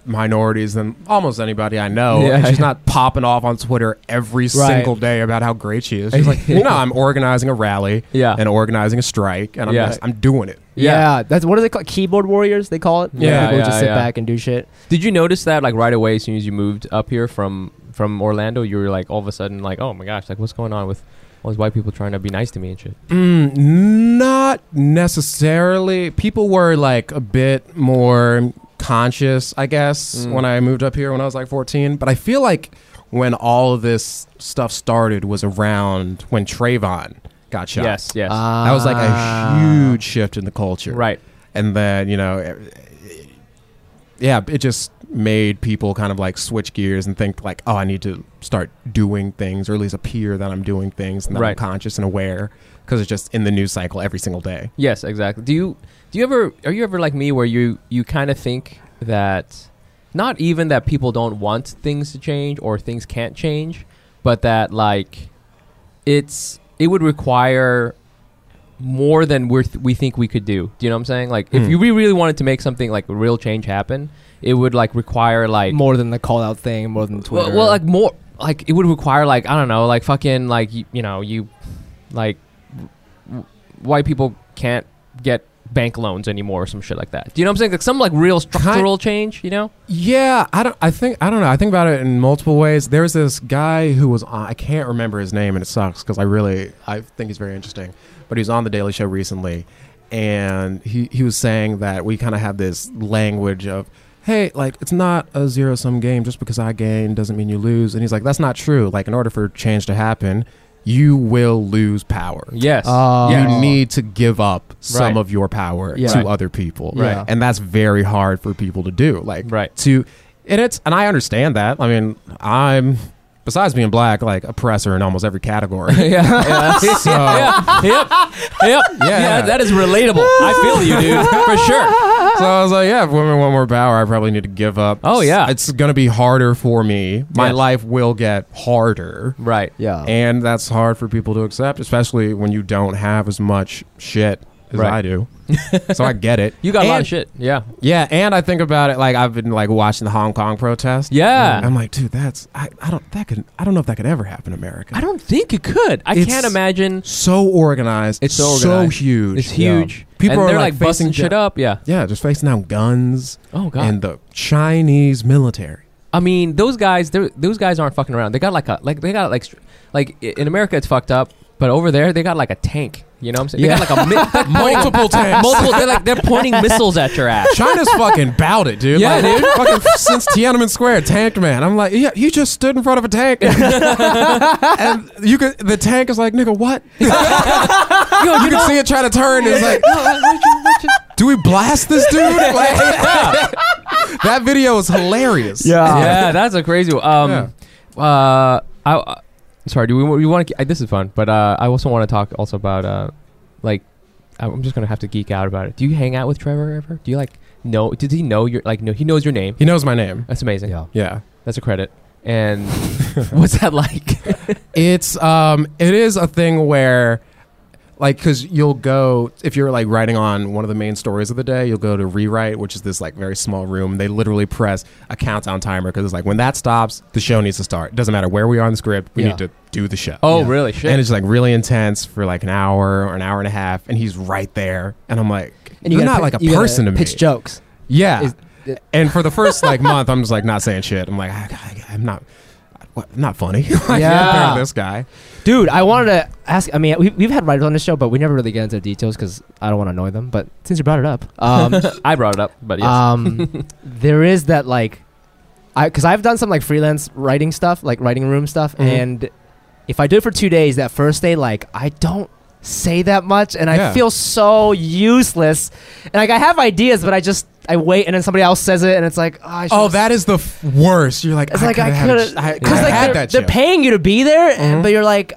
Speaker 3: minorities than almost anybody I know.
Speaker 2: Yeah.
Speaker 3: and she's not popping off on Twitter every single day about how great she is. She's like,
Speaker 2: Yeah.
Speaker 3: no, I'm organizing a rally
Speaker 2: Yeah.
Speaker 3: and organizing a strike and I'm,
Speaker 2: Yeah.
Speaker 3: just, I'm doing it.
Speaker 2: Yeah.
Speaker 1: Yeah. that's what do they call it? keyboard warriors? They call it. Where
Speaker 2: Yeah,
Speaker 1: people
Speaker 2: yeah,
Speaker 1: just sit
Speaker 2: yeah.
Speaker 1: back and do shit.
Speaker 2: Did you notice that like right away as soon as you moved up here from from Orlando, you were like all of a sudden like, oh my gosh, like what's going on with all these white people trying to be nice to me and shit?
Speaker 3: Mm, not necessarily. People were like a bit more conscious, I guess, when I moved up here when I was like 14. But I feel like when all of this stuff started was around when Trayvon got shot.
Speaker 2: Yes, yes.
Speaker 3: That was like a huge shift in the culture.
Speaker 2: Right.
Speaker 3: And then, you know, it- it- yeah, it just made people kind of like switch gears and think like, oh, I need to start doing things or at least appear that I'm doing things and that I'm
Speaker 2: Right.
Speaker 3: conscious and aware because it's just in the news cycle every single day.
Speaker 2: Yes, exactly. Do you do you ever are you ever like me where you you kind of think that not even that people don't want things to change or things can't change, but that like it's it would require more than we th- we think we could do. Do you know what I'm saying? Like if
Speaker 3: Hmm.
Speaker 2: you we really wanted to make something like real change happen, it would like require like
Speaker 1: more than the call out thing, more than Twitter.
Speaker 2: well, well, like more, like it would require like I don't know, like fucking like you, you know you, like w- w- white people can't get bank loans anymore or some shit like that. Do you know what I'm saying? Like some like real structural change, you know?
Speaker 3: Yeah, I don't. I think I don't know. I think about it in multiple ways. There's this guy who was on. I can't remember his name, and it sucks because I really I think he's very interesting. But he was on the Daily Show recently, and he he was saying that we kind of have this language of. Hey, like it's not a zero sum game. Just because I gain doesn't mean you lose. And he's like, that's not true. Like in order for change to happen, you will lose power.
Speaker 2: Yes.
Speaker 1: Oh.
Speaker 2: yeah.
Speaker 3: You need to give up some
Speaker 2: Right.
Speaker 3: of your power
Speaker 1: Yeah.
Speaker 3: to
Speaker 1: Right.
Speaker 3: other people.
Speaker 1: Right.
Speaker 3: And that's very hard for people to do. Like
Speaker 2: Right.
Speaker 3: to and it's and I understand that. I mean, I'm besides being black, like oppressor in almost every category.
Speaker 2: yeah.
Speaker 3: So
Speaker 2: yeah. Yep. Yep. Yeah. That is relatable. I feel you, dude. For sure.
Speaker 3: so I was like, yeah, if women want more power, I probably need to give up.
Speaker 2: Oh, yeah.
Speaker 3: It's gonna be harder for me. My
Speaker 2: Yes.
Speaker 3: life will get harder.
Speaker 2: Right.
Speaker 1: yeah.
Speaker 3: And that's hard for people to accept, especially when you don't have as much shit as
Speaker 2: Right.
Speaker 3: I do. so I get it.
Speaker 2: You got a lot
Speaker 3: And-
Speaker 2: of shit. Yeah.
Speaker 3: Yeah, and I think about it like I've been like watching the Hong Kong protest.
Speaker 2: Yeah.
Speaker 3: I'm like, dude, that's I, I don't that could I don't know if that could ever happen in America.
Speaker 2: I don't think it could. I
Speaker 3: It's-
Speaker 2: can't imagine.
Speaker 3: so organized.
Speaker 2: It's
Speaker 3: It's
Speaker 2: so
Speaker 3: so,
Speaker 2: organized.
Speaker 3: huge.
Speaker 2: It's huge.
Speaker 3: People
Speaker 2: and
Speaker 3: are
Speaker 2: they're
Speaker 3: like,
Speaker 2: like, busting
Speaker 3: facing
Speaker 2: shit
Speaker 3: down-
Speaker 2: up. Yeah.
Speaker 3: Yeah, just facing down guns
Speaker 2: Oh god.
Speaker 3: and the Chinese military.
Speaker 2: I mean, those guys, they're- those guys aren't fucking around. They got like a like they got like str- like i- in America it's fucked up, but over there they got like a tank. You know what I'm saying? They got like a mi- multiple tanks. Multiple. They're like they're pointing missiles at your ass.
Speaker 3: China's fucking bout it, dude.
Speaker 2: Yeah,
Speaker 3: Like, Fucking since Tiananmen Square, tank man. I'm like, yeah, he just stood in front of a tank, and you could. The tank is like, nigga, what?
Speaker 2: Yo,
Speaker 3: you can see it try to turn. It's like, do we blast this dude? Like, that video is hilarious.
Speaker 1: Uh,
Speaker 2: yeah, that's a crazy one. Um, uh, I, uh, sorry. Do we we want to? This is fun, but uh, I also want to talk also about uh, like, I'm just gonna have to geek out about it. Do you hang out with Trevor ever? Do you like know? Did he know your like? No, he knows your name.
Speaker 3: He knows my name.
Speaker 2: That's amazing.
Speaker 1: yeah.
Speaker 3: Yeah.
Speaker 2: That's a credit. And what's that like?
Speaker 3: It's um it is a thing where like cuz you'll go if you're like writing on one of the main stories of the day, you'll go to rewrite, which is this like very small room. They literally press a countdown timer cuz it's like when that stops, the show needs to start. It doesn't matter where we are in the script, we
Speaker 1: Yeah.
Speaker 3: need to do the show.
Speaker 2: Oh, really? Shit.
Speaker 3: And it's like really intense for like an hour or an hour and a half and he's right there and I'm like
Speaker 1: And
Speaker 3: you're
Speaker 1: gotta
Speaker 3: not
Speaker 1: pi-
Speaker 3: like a
Speaker 1: you gotta
Speaker 3: person to me.
Speaker 1: pitch jokes.
Speaker 3: Yeah.
Speaker 1: Is-
Speaker 3: and for the first like month, I'm just like not saying shit. I'm like, I, I, I'm not, what, not funny. like,
Speaker 1: Yeah.
Speaker 3: compared to this guy.
Speaker 1: Dude, I wanted to ask. I mean, we, we've had writers on the show, but we never really get into details because I don't want to annoy them. But since you brought it up, um,
Speaker 2: I brought it up, but yes.
Speaker 1: um, there is that like, I because I've done some like freelance writing stuff, like writing room stuff,
Speaker 3: Mhm.
Speaker 1: and if I do it for two days, that first day, like I don't say that much, and I
Speaker 3: Yeah.
Speaker 1: feel so useless, and like I have ideas, but I just I wait, and then somebody else says it, and it's like, oh, I
Speaker 3: Oh,
Speaker 1: should've
Speaker 3: that is the f- worst. You're like,
Speaker 1: It's like I
Speaker 3: could've had a
Speaker 1: could
Speaker 3: ch- I-
Speaker 1: have because
Speaker 3: I
Speaker 1: like
Speaker 3: had
Speaker 1: they're,
Speaker 3: that
Speaker 1: they're
Speaker 3: shit.
Speaker 1: paying you to be there, and
Speaker 3: Mhm.
Speaker 1: but you're like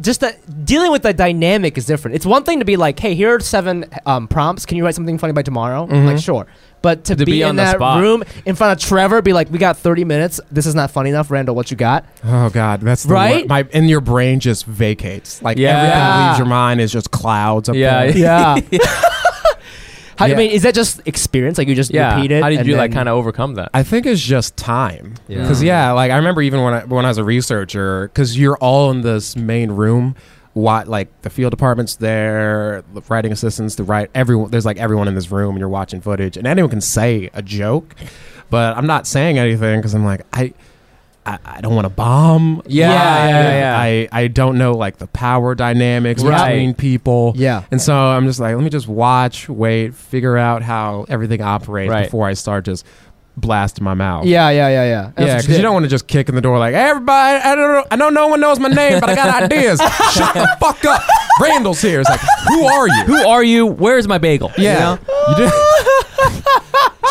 Speaker 1: just that dealing with the dynamic is different. It's one thing to be like, hey, here are seven um, prompts. Can you write something funny by tomorrow?
Speaker 3: Mm-hmm.
Speaker 1: Like sure, but to,
Speaker 2: To
Speaker 1: be,
Speaker 2: be
Speaker 1: in
Speaker 2: on the
Speaker 1: that
Speaker 2: spot.
Speaker 1: room in front of Trevor, be like, we got 30 minutes. This is not funny enough, Randall. What you got?
Speaker 3: Oh God, that's the
Speaker 1: Right?
Speaker 3: wor- My and your brain just vacates. Like
Speaker 2: Yeah.
Speaker 3: everything that leaves your mind is just clouds. Up
Speaker 2: Yeah.
Speaker 3: there.
Speaker 1: Yeah. How, I
Speaker 3: Yeah.
Speaker 1: mean, is that just experience? Like you just
Speaker 2: yeah.
Speaker 1: repeat it?
Speaker 2: How did
Speaker 1: and
Speaker 2: you like
Speaker 1: then-
Speaker 2: kind of overcome that?
Speaker 3: I think it's just time.
Speaker 2: Yeah.
Speaker 3: Because yeah. like I remember even when I when I was a researcher, because you're all in this main room. What like the field department's there, the writing assistants, the right everyone. There's like everyone in this room, and you're watching footage, and anyone can say a joke, but I'm not saying anything because I'm like I. I, I don't want to bomb.
Speaker 2: Yeah,
Speaker 3: live.
Speaker 2: yeah, yeah.
Speaker 3: I, I don't know like the power dynamics
Speaker 2: Right.
Speaker 3: between people.
Speaker 1: Yeah.
Speaker 3: And so I'm just like, let me just watch, wait, figure out how everything operates
Speaker 2: Right.
Speaker 3: before I start just blasting my mouth.
Speaker 1: Yeah, yeah, yeah, yeah. That's
Speaker 3: yeah,
Speaker 1: what
Speaker 3: because you
Speaker 1: did.
Speaker 3: don't want to just kick in the door like, hey, everybody, I don't know, I know no one knows my name, but I got ideas. Shut the fuck up. Randall's here. It's like, who are you?
Speaker 2: Who are you? Where's my bagel?
Speaker 3: Yeah. You do-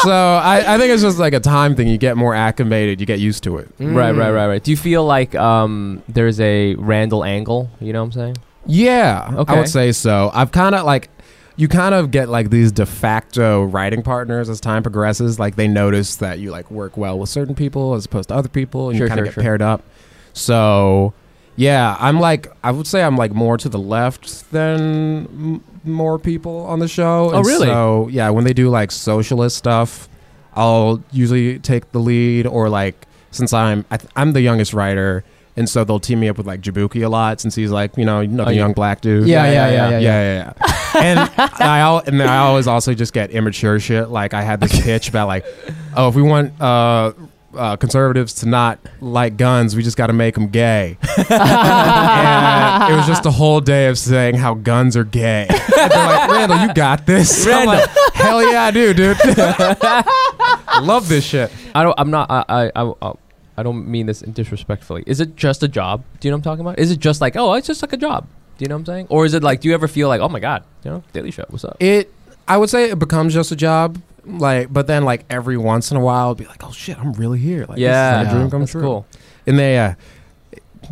Speaker 3: so I, I think it's just like a time thing. You get more acclimated, you get used to it.
Speaker 2: Right, right, right, right. Do you feel like um, there's a Randall angle? You know what I'm saying?
Speaker 3: Yeah.
Speaker 2: Okay.
Speaker 3: I would say so. I've kind of like, you kind of get like these de facto writing partners as time progresses. Like they notice that you like work well with certain people as opposed to other people and
Speaker 2: Sure,
Speaker 3: you kind of
Speaker 2: sure,
Speaker 3: get
Speaker 2: sure.
Speaker 3: paired up. So yeah, I'm like, I would say I'm like more to the left than m- more people on the show.
Speaker 2: Oh, really?
Speaker 3: So yeah, when they do like socialist stuff, I'll usually take the lead or like since I'm I th- I'm the youngest writer and so they'll team me up with like Jabuki a lot since he's like you know another
Speaker 2: Oh, yeah.
Speaker 3: young black dude
Speaker 1: Yeah, yeah, yeah, yeah,
Speaker 3: yeah, yeah, yeah. and I al- and I always also just get immature shit like I had this pitch about like oh if we want uh, uh, conservatives to not like guns we just got to make them gay and it was just a whole day of saying how guns are gay And they're like Randall you got this I'm like, hell yeah I do dude love this shit
Speaker 2: I don't. I'm not. I. I. I, I I don't mean this disrespectfully. Is it just a job? Do you know what I'm talking about? Is it just like, oh, it's just like a job? Do you know what I'm saying? Or is it like, do you ever feel like, oh my god, you know, Daily Show, what's up?
Speaker 3: it i would say it becomes just a job like but then like every once in a while it'd be like oh shit i'm really here like this
Speaker 2: yeah,
Speaker 3: is my dream come
Speaker 2: that's
Speaker 3: true
Speaker 2: cool.
Speaker 3: and they uh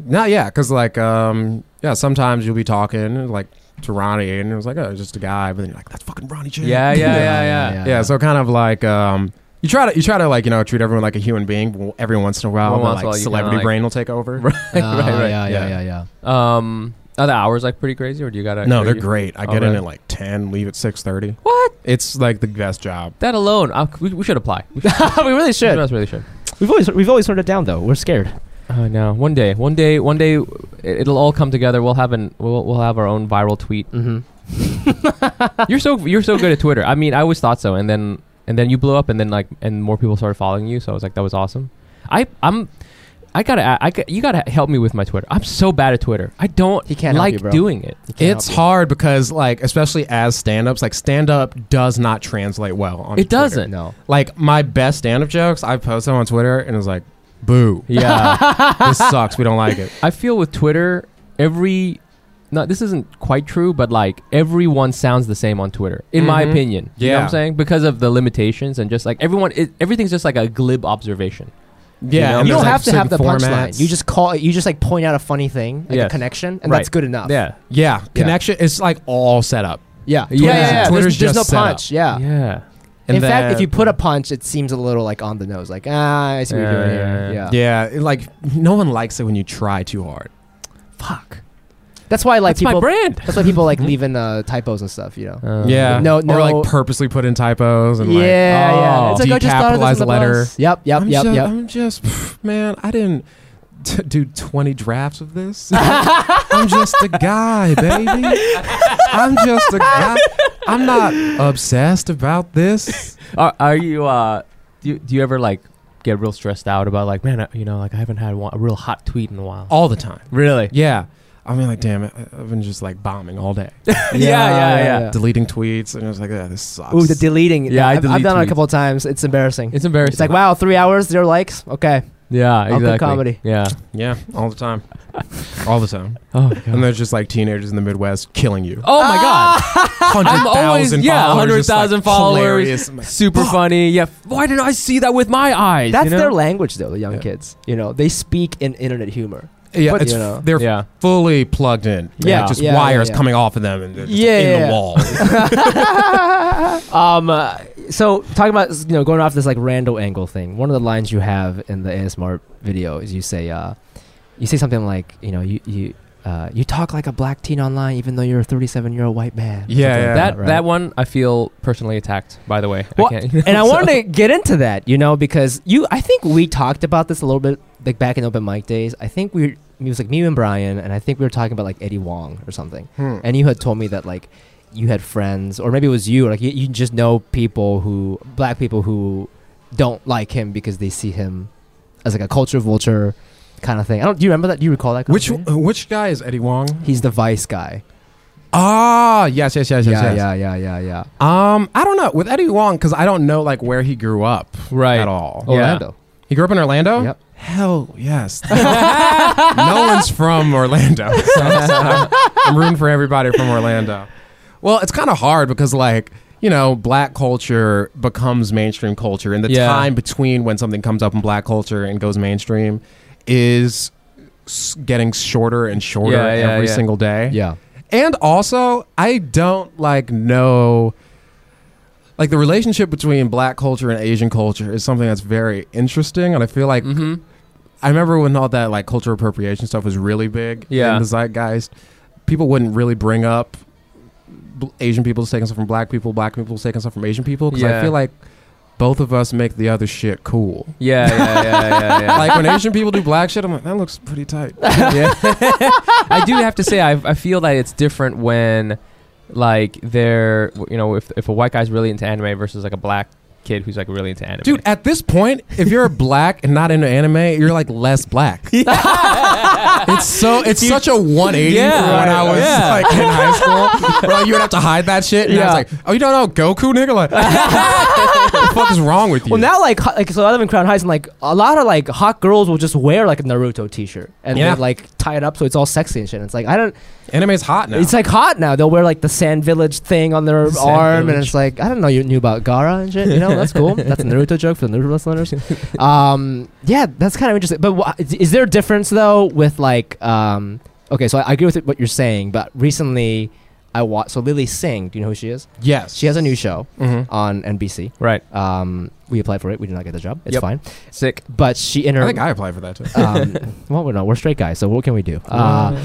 Speaker 3: not yeah because like um yeah sometimes you'll be talking like to ronnie and it was like oh just a guy but then you're like that's fucking ronnie J.
Speaker 2: Yeah, yeah, yeah, yeah.
Speaker 3: yeah so kind of like um you try to you try to like you know treat everyone like a human being but every once in a while,
Speaker 2: Every
Speaker 3: the,
Speaker 2: once in a
Speaker 3: like
Speaker 2: while, you
Speaker 3: celebrity
Speaker 2: kinda, like-
Speaker 3: brain will take over
Speaker 1: Ah,
Speaker 2: right, right,
Speaker 1: yeah, yeah,
Speaker 3: yeah.
Speaker 1: yeah, yeah.
Speaker 2: Um, are the hours like pretty crazy, or do you gotta?
Speaker 3: no
Speaker 2: are
Speaker 3: they're
Speaker 2: you-
Speaker 3: great i
Speaker 2: Oh,
Speaker 3: get in
Speaker 2: really?
Speaker 3: at like 10 leave at 6.30
Speaker 2: What?
Speaker 3: it's like the best job
Speaker 2: That alone, I, we, we should apply. We should.
Speaker 1: we really
Speaker 2: Should.
Speaker 1: should.
Speaker 2: really should.
Speaker 1: We've always we've always heard it down though. We're scared.
Speaker 2: I know. One day, one day, one day, it- it'll all come together. We'll have an we'll, we'll have our own viral tweet.
Speaker 1: Mm-hmm.
Speaker 2: you're so you're so good at Twitter. I mean, I always thought so, and then and then you blew up, and then like and more people started following you. So I was like, that was awesome. I I'm I gotta a- I ca- you gotta help me with my Twitter. I'm so bad at Twitter. I don't
Speaker 1: He can't help
Speaker 2: like
Speaker 1: you, bro.
Speaker 2: doing it.
Speaker 3: It's hard because like especially as stand-ups, like stand-up does not translate well on
Speaker 2: It
Speaker 3: Twitter.
Speaker 2: doesn't.
Speaker 1: No.
Speaker 3: Like my best stand-up jokes, I post them on Twitter and it's like, boo.
Speaker 2: Yeah,
Speaker 3: this sucks. We don't like it.
Speaker 2: I feel with Twitter every. No, this isn't quite true, but like everyone sounds the same on Twitter, in my
Speaker 3: Mhm.
Speaker 2: opinion. You know what
Speaker 3: Yeah.
Speaker 2: I'm saying? Because of the limitations and just like everyone, it, everything's just like a glib observation.
Speaker 3: Yeah.
Speaker 2: You
Speaker 3: and
Speaker 1: you don't
Speaker 3: there's, like,
Speaker 1: have to have the
Speaker 3: certain
Speaker 1: punchline.
Speaker 3: formats.
Speaker 1: You just call it. You just like point out a funny thing, like a
Speaker 2: Yes.
Speaker 1: connection, and
Speaker 2: Right.
Speaker 1: that's good enough.
Speaker 2: Yeah.
Speaker 3: Yeah. Connection it's like all set up.
Speaker 1: yeah, yeah,
Speaker 3: Twitter's-
Speaker 1: yeah. yeah.
Speaker 3: Twitter's
Speaker 1: There's, there's no
Speaker 3: just set up.
Speaker 1: punch. Yeah.
Speaker 2: Yeah.
Speaker 3: And
Speaker 1: In fact,
Speaker 3: then-
Speaker 1: if you put a punch, it seems a little like on the nose. Like ah, I see what
Speaker 2: Yeah,
Speaker 1: you're doing
Speaker 2: yeah,
Speaker 1: here.
Speaker 2: yeah.
Speaker 1: Yeah.
Speaker 3: Yeah, it, like no one likes it when you try too hard.
Speaker 1: Fuck. That's why like
Speaker 2: That's my
Speaker 1: people.
Speaker 2: brand.
Speaker 1: That's why people like leaving uh, typos and stuff. You know.
Speaker 2: Uh,
Speaker 1: No,
Speaker 3: Or
Speaker 1: no-
Speaker 3: like purposely put in typos and
Speaker 1: yeah,
Speaker 3: like
Speaker 1: yeah.
Speaker 2: oh,
Speaker 1: It's like I just thought of this
Speaker 3: decapitalize
Speaker 1: in the
Speaker 3: a letter.
Speaker 1: bus. Yep, yep,
Speaker 3: I'm
Speaker 1: yep,
Speaker 3: just,
Speaker 1: yep.
Speaker 3: I'm just, pff, man, I didn't t- do 20 drafts of this. I'm just a guy, baby. I'm just a guy. I'm not obsessed about this.
Speaker 2: Um, Are, are you uh do you, do you ever like get real stressed out about like man I, you know like I haven't had one, a real hot tweet in a while.
Speaker 3: All the time.
Speaker 2: Oh, really?
Speaker 3: Yeah. I mean, like, damn it. I- I've been just like bombing all day,
Speaker 2: Yeah, yeah, yeah.
Speaker 3: deleting tweets. And I was like, yeah, this sucks.
Speaker 1: Ooh, the deleting.
Speaker 2: Yeah, I
Speaker 1: I've, I've
Speaker 2: delete
Speaker 1: done it
Speaker 2: tweets.
Speaker 1: a couple of times. It's embarrassing.
Speaker 2: It's embarrassing.
Speaker 1: It's like wow, three hours, zero likes. Okay,
Speaker 2: yeah,
Speaker 1: I'll do
Speaker 2: exactly.
Speaker 1: comedy.
Speaker 2: Yeah.
Speaker 3: yeah, all the time. all the time.
Speaker 2: Oh,
Speaker 3: And there's just like teenagers in the Midwest killing you.
Speaker 2: my god.
Speaker 3: 100,000
Speaker 2: I'm always yeah,
Speaker 3: followers, just,
Speaker 2: 100,000
Speaker 3: like, hilarious.
Speaker 2: followers.
Speaker 3: I'm like,
Speaker 2: Super funny. Yeah. Why didn't I see that with my eyes?
Speaker 1: that's
Speaker 2: you know?
Speaker 1: their language though. The young
Speaker 3: Yeah.
Speaker 1: kids, you know, they speak in internet humor.
Speaker 3: Yeah,
Speaker 1: But,
Speaker 3: it's,
Speaker 1: you know.
Speaker 3: they're
Speaker 2: Yeah.
Speaker 3: fully plugged in.
Speaker 1: Yeah,
Speaker 3: Like, just
Speaker 1: yeah, yeah,
Speaker 3: wires
Speaker 1: yeah.
Speaker 3: coming off of them and they're just
Speaker 1: Yeah,
Speaker 3: in
Speaker 1: yeah.
Speaker 3: the wall.
Speaker 1: um, uh, so talking about you know going off this like Randall angle thing. One of the lines you have in the ASMR video is you say, uh, you say something like, you know, you you. Uh, you talk like a black teen online, even though you're a 37 year old white man.
Speaker 3: Yeah,
Speaker 1: Something
Speaker 3: yeah.
Speaker 1: like
Speaker 2: that
Speaker 1: right?
Speaker 2: that one I feel personally attacked by the way.
Speaker 1: Well,
Speaker 2: I can't,
Speaker 1: and I
Speaker 2: so-
Speaker 1: wanted to get into that, you know, because you, I think we talked about this a little bit like back in open mic days. I think we, it was like me and Brian, and I think we were talking about like Eddie Wong or something.
Speaker 3: Hmm.
Speaker 1: And you had told me that like you had friends, or maybe it was you, like you, you just know people who, black people who don't like him because they see him as like a culture vulture kind of thing. I don't. Do you remember that? Do you recall that?
Speaker 3: Which
Speaker 1: conversation?
Speaker 3: which guy is Eddie Wong?
Speaker 1: He's the vice guy.
Speaker 3: Ah, yes, yes, yes, yes,
Speaker 1: yeah,
Speaker 3: yes.
Speaker 1: yeah, yeah, yeah, yeah.
Speaker 3: Um, I don't know with Eddie Wong because I don't know like where he grew up
Speaker 2: Right.
Speaker 3: at all.
Speaker 2: Yeah.
Speaker 1: Orlando.
Speaker 3: He grew up in Orlando.
Speaker 1: Yep.
Speaker 3: Hell yes. no one's from Orlando. So I'm, I'm rooting for everybody from Orlando. Well, it's kind of hard because like you know, black culture becomes mainstream culture, and the
Speaker 2: Yeah.
Speaker 3: time between when something comes up in black culture and goes mainstream is s- getting shorter and shorter
Speaker 2: Yeah, yeah,
Speaker 3: every
Speaker 2: yeah.
Speaker 3: single day.
Speaker 1: Yeah.
Speaker 3: And also, I don't like know like the relationship between black culture and Asian culture is something that's very interesting and I feel like
Speaker 2: Mm-hmm.
Speaker 3: I remember when all that like cultural appropriation stuff was really big
Speaker 2: Yeah.
Speaker 3: in the zeitgeist, people wouldn't really bring up bl- Asian people taking stuff from black people, black people taking stuff from Asian people cuz I
Speaker 2: Yeah.
Speaker 3: feel like both of us make the other shit cool.
Speaker 2: Yeah, yeah, yeah, yeah, yeah.
Speaker 3: like when Asian people do black shit, I'm like that looks pretty tight.
Speaker 2: yeah. I do have to say, I, I feel that it's different when, like, they're, you know, if, if a white guy's really into anime versus, like, a black kid who's, like, really into anime.
Speaker 3: Dude, at this point, if you're black and not into anime, you're like less black. it's so it's such a 180
Speaker 2: Yeah.
Speaker 3: from when I was
Speaker 2: Yeah.
Speaker 3: like in high school. Bro, you would have to hide that shit. And
Speaker 1: Yeah.
Speaker 3: I was like, oh, you don't know Goku, nigga? Like, what the fuck is wrong with you?
Speaker 1: Well, now like ho- like so I live in Crown Heights and like a lot of like hot girls will just wear like a Naruto T-shirt and
Speaker 3: Yeah.
Speaker 1: they like tie it up so it's all sexy and shit. And it's like I don't.
Speaker 3: anime's hot now.
Speaker 1: It's like hot now. They'll wear like the Sand Village thing on their
Speaker 2: Sand
Speaker 1: arm, and
Speaker 2: Village.
Speaker 1: it's like I don't know you knew about Gara and shit. You know that's cool. that's a Naruto joke for the Naruto listeners. Um, yeah, that's kind of interesting. But wha- is- is there a difference though with like? Um, okay, so I, I agree with what you're saying, but recently I watched. So Lily Singh, do you know who she is?
Speaker 3: yes,
Speaker 1: She has a new show
Speaker 3: Mhm.
Speaker 1: on NBC.
Speaker 2: Mm-hmm. Right.
Speaker 1: Um, we applied for it. We did not get the job. It's
Speaker 2: Yep.
Speaker 1: fine.
Speaker 2: Sick.
Speaker 1: But she in her
Speaker 3: I think I applied for that too.
Speaker 1: um, well, we're not. We're straight guys, so what can we do? Uh,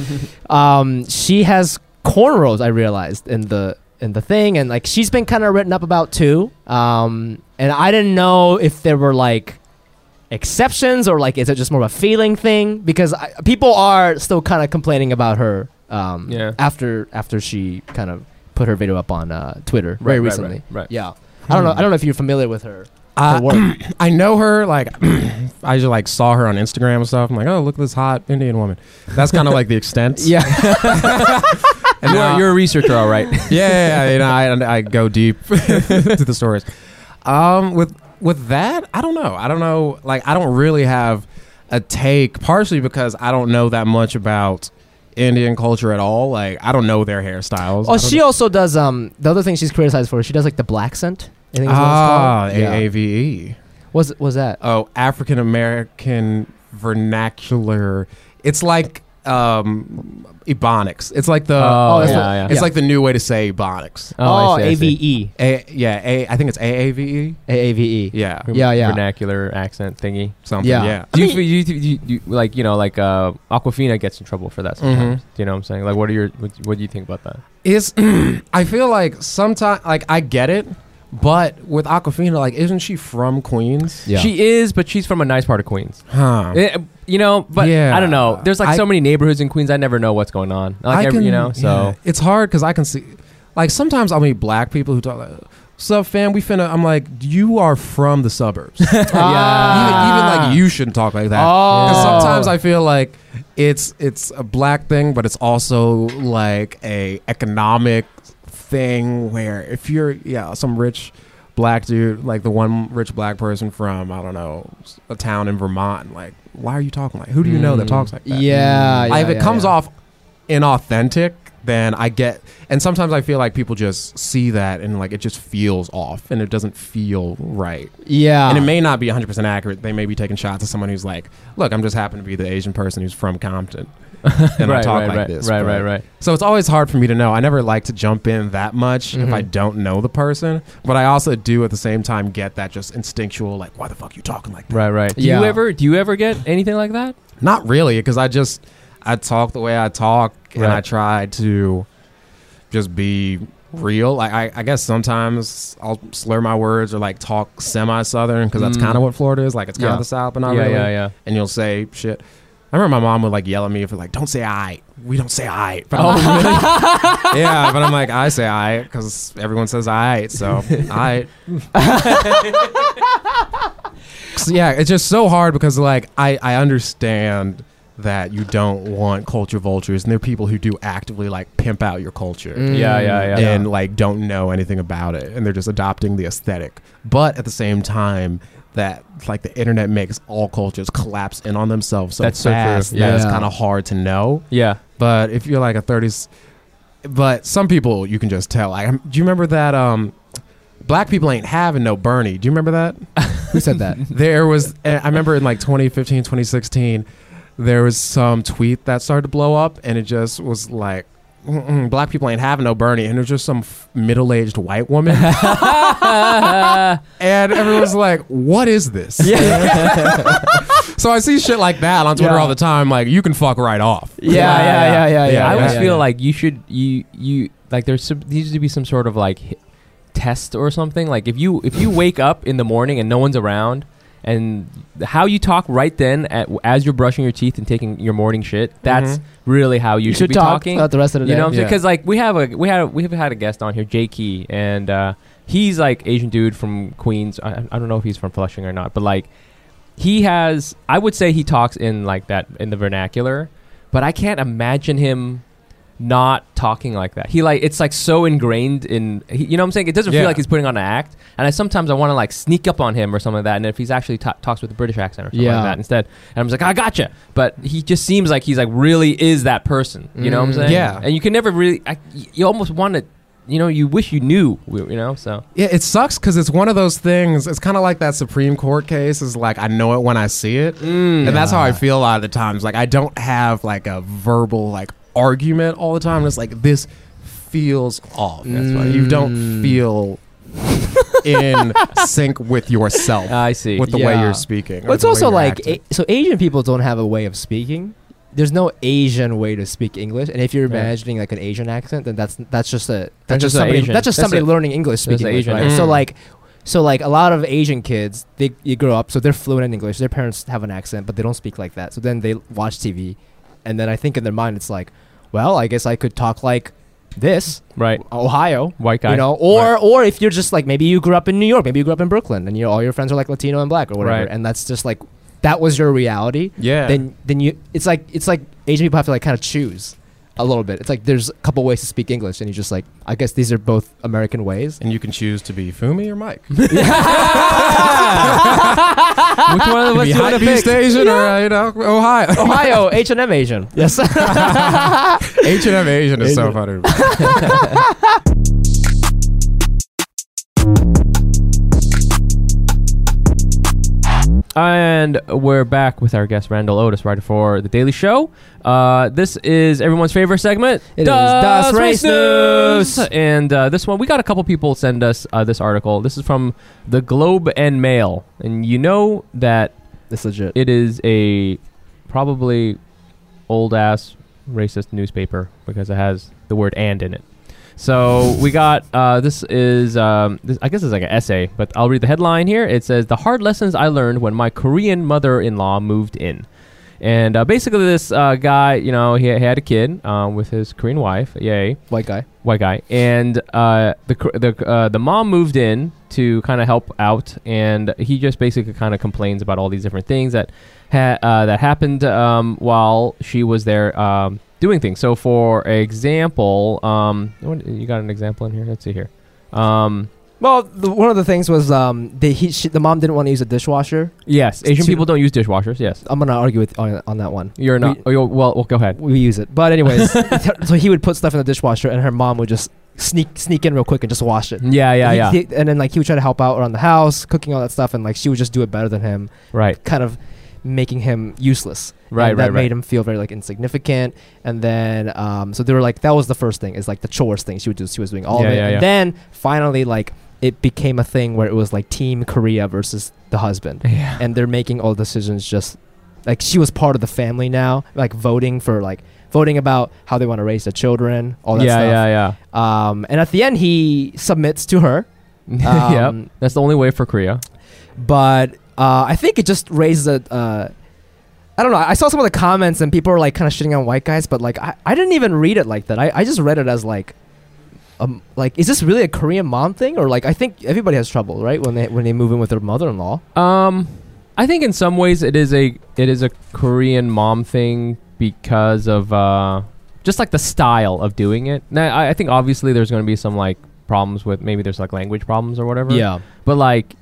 Speaker 1: um, she has cornrows. I realized in the in the thing, and like she's been kind of written up about too. Um, and I didn't know if there were like exceptions or like is it just more of a feeling thing because I, people are still kind of complaining about her. Um,
Speaker 2: Yeah.
Speaker 1: After after she kind of put her video up on uh, Twitter very
Speaker 2: Right, right,
Speaker 1: recently.
Speaker 2: right, right.
Speaker 1: Yeah. I don't know. I don't know if you're familiar with her. her
Speaker 3: Uh,
Speaker 1: work.
Speaker 3: I know her. Like, I just like saw her on Instagram and stuff. I'm like, oh, look at this hot Indian woman. That's kind of like the extent.
Speaker 1: yeah.
Speaker 3: And
Speaker 2: You
Speaker 3: now-
Speaker 2: are, you're a researcher, all right.
Speaker 3: yeah, yeah, yeah, you know, I, I go deep to the stories. Um, with with that, I don't know. I don't know. Like, I don't really have a take, partially because I don't know that much about Indian culture at all. Like, I don't know their hairstyles. I
Speaker 1: Oh,
Speaker 3: don't
Speaker 1: she
Speaker 3: know.
Speaker 1: also does um the other thing she's criticized for. She does like the black scent. I think is what it's
Speaker 3: ah
Speaker 1: called. Yeah.
Speaker 3: AAVE.
Speaker 1: Was was that?
Speaker 3: E. Oh, African American vernacular. It's like um ebonics. It's like the
Speaker 2: Oh,
Speaker 1: that's
Speaker 3: it's,
Speaker 1: what-
Speaker 2: yeah, yeah.
Speaker 3: it's like the new way to say ebonics.
Speaker 2: Oh, I see, I
Speaker 1: A V
Speaker 2: see.
Speaker 1: E
Speaker 3: A, yeah, a, I think it's AAVE.
Speaker 1: A A V E.
Speaker 3: Yeah.
Speaker 1: Yeah, yeah.
Speaker 2: Vernacular accent thingy.
Speaker 3: Something.
Speaker 1: Yeah.
Speaker 3: yeah.
Speaker 2: Do you, feel- you, you, you, like, you know, like, uh, Aquafina gets in trouble for that sometimes. Do you know what I'm saying? Like, what are your, what, what do you think about that?
Speaker 3: is I feel like sometimes like I get it, but with Aquafina, like isn't she from Queens?
Speaker 1: Yeah.
Speaker 2: She is, but she's from a nice part of Queens.
Speaker 3: Huh.
Speaker 2: Eh, you know, but
Speaker 3: Yeah.
Speaker 2: I don't know. There's like
Speaker 3: I-
Speaker 2: so many neighborhoods in Queens. I never know what's going on. Like
Speaker 3: I
Speaker 2: every, you
Speaker 3: can-
Speaker 2: know, so
Speaker 3: yeah. it's hard because I can see like sometimes I'll meet black people who talk like Sup fam, we finna. I'm like, you are from the suburbs. even, even like you shouldn't talk like that.
Speaker 1: Ah.
Speaker 3: 'Cause
Speaker 1: Oh.
Speaker 3: sometimes I feel like it's it's a black thing, but it's also like a economic thing where if you're yeah some rich black dude like the one rich black person from I don't know a town in Vermont, like why are you talking like who do you know that
Speaker 2: Mm.
Speaker 3: talks like that?
Speaker 1: Yeah.
Speaker 3: Like, if it comes
Speaker 1: yeah.
Speaker 3: off inauthentic, then I get and sometimes I feel like people just see that and like it just feels off and it doesn't feel right.
Speaker 1: Yeah.
Speaker 2: Ah.
Speaker 3: And it may not be 100% accurate. They may be taking shots at someone who's like, look, I'm just happen to be the Asian person who's from Compton. And I
Speaker 2: right,
Speaker 3: talk
Speaker 2: right,
Speaker 3: like
Speaker 2: right,
Speaker 3: this.
Speaker 2: right,
Speaker 3: but-
Speaker 2: right, right.
Speaker 3: So it's always hard for me to know. I never like to jump in that much if
Speaker 2: Mm-hmm.
Speaker 3: I don't know the person. But I also do at the same time get that just instinctual, like, why the fuck you talking like that?
Speaker 2: Right, right. Do
Speaker 1: Yeah.
Speaker 2: you ever do you ever get anything like that?
Speaker 3: Not really, because I just I talk the way I talk, and
Speaker 2: Right.
Speaker 3: I try to just be real. Like I, I guess sometimes I'll slur my words or like talk semi-southern because that's
Speaker 2: Mm.
Speaker 3: kind of what Florida is. Like it's kind
Speaker 2: Yeah.
Speaker 3: of the South, but not
Speaker 2: yeah,
Speaker 3: really.
Speaker 2: yeah, yeah.
Speaker 3: And you'll say shit. I remember my mom would like yell at me for like, "Don't say I." We don't say I. But I'm like, yeah, but I'm like, I say I because everyone says I. So I. sucks. Yeah, it's just so hard because like I I understand that you don't want culture vultures, and there are people who do actively like pimp out your culture.
Speaker 2: Yeah, yeah, yeah.
Speaker 3: Mm. Um, and like don't know anything about it and they're just adopting the aesthetic but at the same time that like the internet makes all cultures collapse in on themselves so
Speaker 2: That's so true.
Speaker 3: fast that
Speaker 2: Yeah.
Speaker 3: it's kind of hard to know
Speaker 2: yeah.
Speaker 3: but if you're like a 30s but some people you can just tell like I'm- do you remember that um black people ain't having no bernie do you remember that
Speaker 1: Who said that?
Speaker 3: there was i remember in like 2015 2016 there was some tweet that started to blow up and it just was like Mm-mm, black people ain't having no bernie and there's just some f- middle-aged white woman and everyone's like what is this so i see shit like that on twitter
Speaker 2: Yeah.
Speaker 3: all the time like you can fuck right off
Speaker 2: yeah, yeah, yeah, yeah, yeah.
Speaker 3: Yeah,
Speaker 2: I always
Speaker 3: yeah,
Speaker 1: yeah.
Speaker 2: feel like you should you you like there's some, there needs to be some sort of like hi- test or something. Like if you if you wake up in the morning and no one's around. And how you talk right then, at, as you're brushing your teeth and taking your morning shit—that's
Speaker 3: Mhm.
Speaker 2: really how you, should, be
Speaker 1: talk
Speaker 2: talking.
Speaker 1: about the rest of the
Speaker 2: You know what I'm
Speaker 1: day.
Speaker 2: saying?
Speaker 3: Yeah.
Speaker 2: Because like we have a we had we have had a guest on here, Jay Key, and uh, he's like Asian dude from Queens. I, I don't know if he's from Flushing or not, but like he has. I would say he talks in like that in the vernacular, but I can't imagine him not talking like that. He like it's like so ingrained in he, you know what I'm saying? It doesn't
Speaker 3: Yeah.
Speaker 2: feel like he's putting on an act. And I sometimes I want to like sneak up on him or something like that. And if he's actually ta talks with a British accent or something
Speaker 1: Yeah.
Speaker 2: like that instead, and I'm just like I gotcha. But he just seems like he's like really is that person. You know what I'm
Speaker 1: Mm.
Speaker 2: saying?
Speaker 3: Yeah.
Speaker 2: And you can never really I, you almost want to you know you wish you knew you know so
Speaker 3: Yeah, it sucks because it's one of those things. It's kind of like that Supreme Court case. Is like I know it when I see it, and that's how I feel a lot of the times. Like I don't have like a verbal like argument all the time. It's like this feels off. That's why you don't feel in sync with yourself
Speaker 2: Ah, I see.
Speaker 3: with the way
Speaker 1: Yeah.
Speaker 3: you're speaking. or
Speaker 1: But it's
Speaker 3: the way
Speaker 1: also
Speaker 3: you're
Speaker 1: like
Speaker 3: acting.
Speaker 1: a, so Asian people don't have a way of speaking. There's no Asian way to speak English, and if you're
Speaker 2: Right.
Speaker 1: imagining like an Asian accent, then that's that's just a
Speaker 2: That's
Speaker 1: that's,
Speaker 2: just
Speaker 1: just
Speaker 2: a
Speaker 1: somebody
Speaker 2: Asian.
Speaker 1: that's just
Speaker 2: That's
Speaker 1: somebody
Speaker 2: a-
Speaker 1: learning English
Speaker 2: that's
Speaker 1: speaking
Speaker 2: a
Speaker 1: English,
Speaker 2: Asian
Speaker 1: right? So
Speaker 3: accent.
Speaker 1: like so like a lot of Asian kids they you grow up so they're fluent in English. Their parents have an accent, but they don't speak like that. So then they watch TV, and then I think in their mind it's like, well, I guess I could talk like this
Speaker 2: right
Speaker 1: Ohio.
Speaker 2: white guy
Speaker 1: You know, or or if you're just like maybe you grew up in New York, maybe you grew up in Brooklyn, and you know, all your friends are like Latino and black or whatever,
Speaker 2: Right.
Speaker 1: and that's just like that was your reality.
Speaker 3: yeah.
Speaker 1: Then then you it's like it's like Asian people have to like kind of choose a little bit. It's like there's a couple ways to speak English, and you just like I guess these are both American ways.
Speaker 3: and you can choose to be Fumi or Mike.
Speaker 2: which one of us
Speaker 3: be
Speaker 2: you wanna
Speaker 3: Hot
Speaker 2: pick?
Speaker 3: Beast Asian or uh, you know Ohio.
Speaker 1: Ohio H and M Asian. Yes.
Speaker 3: H and M Asian is so
Speaker 1: Asian.
Speaker 3: funny.
Speaker 2: And we're back with our guest Randall Otis, writer for The Daily Show. Uh, this is everyone's favorite segment.
Speaker 1: It is Das Race News.
Speaker 2: And uh, this one, we got a couple people send us uh, this article. This is from the Globe and Mail, and you know that
Speaker 1: It's legit.
Speaker 2: it is a probably old ass racist newspaper because it has the word and in it. So we got uh, this is um, this, I guess it's like an essay, but I'll read the headline here. It says the hard lessons I learned when my Korean mother-in-law moved in. And uh, basically, this uh, guy, you know, he, he had a kid um, with his Korean wife. Yay
Speaker 1: White guy.
Speaker 2: white guy, and uh, the cr- the uh, the mom moved in to kind of help out, and he just basically kind of complains about all these different things that ha- uh, that happened um, while she was there um, doing things. So, for example, um, what- you got an example in here. Let's see here. Um,
Speaker 1: Well, the, one of the things was um, they, he, she, the mom didn't want to use a dishwasher.
Speaker 2: yes, Asian
Speaker 1: Two-
Speaker 2: people don't use dishwashers. Yes,
Speaker 1: I'm gonna argue with on, on that one.
Speaker 2: you're not.
Speaker 1: We-
Speaker 2: oh, you're, well, well, go ahead.
Speaker 1: we use it. But anyways, so he would put stuff in the dishwasher, and her mom would just sneak sneak in real quick and just wash it.
Speaker 2: Yeah, Mm. yeah,
Speaker 1: He-
Speaker 2: yeah.
Speaker 1: he- and then like he would try to help out around the house, cooking all that stuff, and like she would just do it better than him,
Speaker 2: Right,
Speaker 1: kind of making him useless.
Speaker 2: right,
Speaker 1: And
Speaker 2: right,
Speaker 1: That
Speaker 2: right.
Speaker 1: made him feel very like insignificant. And then um, so they were like that was the first thing is like the chores thing she would do. She was doing all
Speaker 2: Yeah,
Speaker 1: of it.
Speaker 2: yeah,
Speaker 1: and
Speaker 2: yeah.
Speaker 1: then finally like it became a thing where it was like Team Korea versus the husband
Speaker 2: yeah.
Speaker 1: and they're making all decisions just like she was part of the family now, like voting for like voting about how they want to raise their children, all that
Speaker 2: yeah,
Speaker 1: stuff.
Speaker 2: yeah,
Speaker 1: Um, and at the end, he submits to her.
Speaker 2: yeah,
Speaker 1: Um,
Speaker 2: Yep. That's the only way for Korea.
Speaker 1: But uh, I think it just raises a. Uh, I don't know. I saw some of the comments and people were like kind of shitting on white guys, but like I, I didn't even read it like that. I, I just read it as like, um, like is this really a Korean mom thing or like I think everybody has trouble right when they when they move in with their mother in law.
Speaker 2: Um, I think in some ways it is a it is a Korean mom thing because of uh, just like the style of doing it. Now I, I think obviously there's going to be some like problems with maybe there's like language problems or whatever.
Speaker 1: Yeah.
Speaker 2: But like,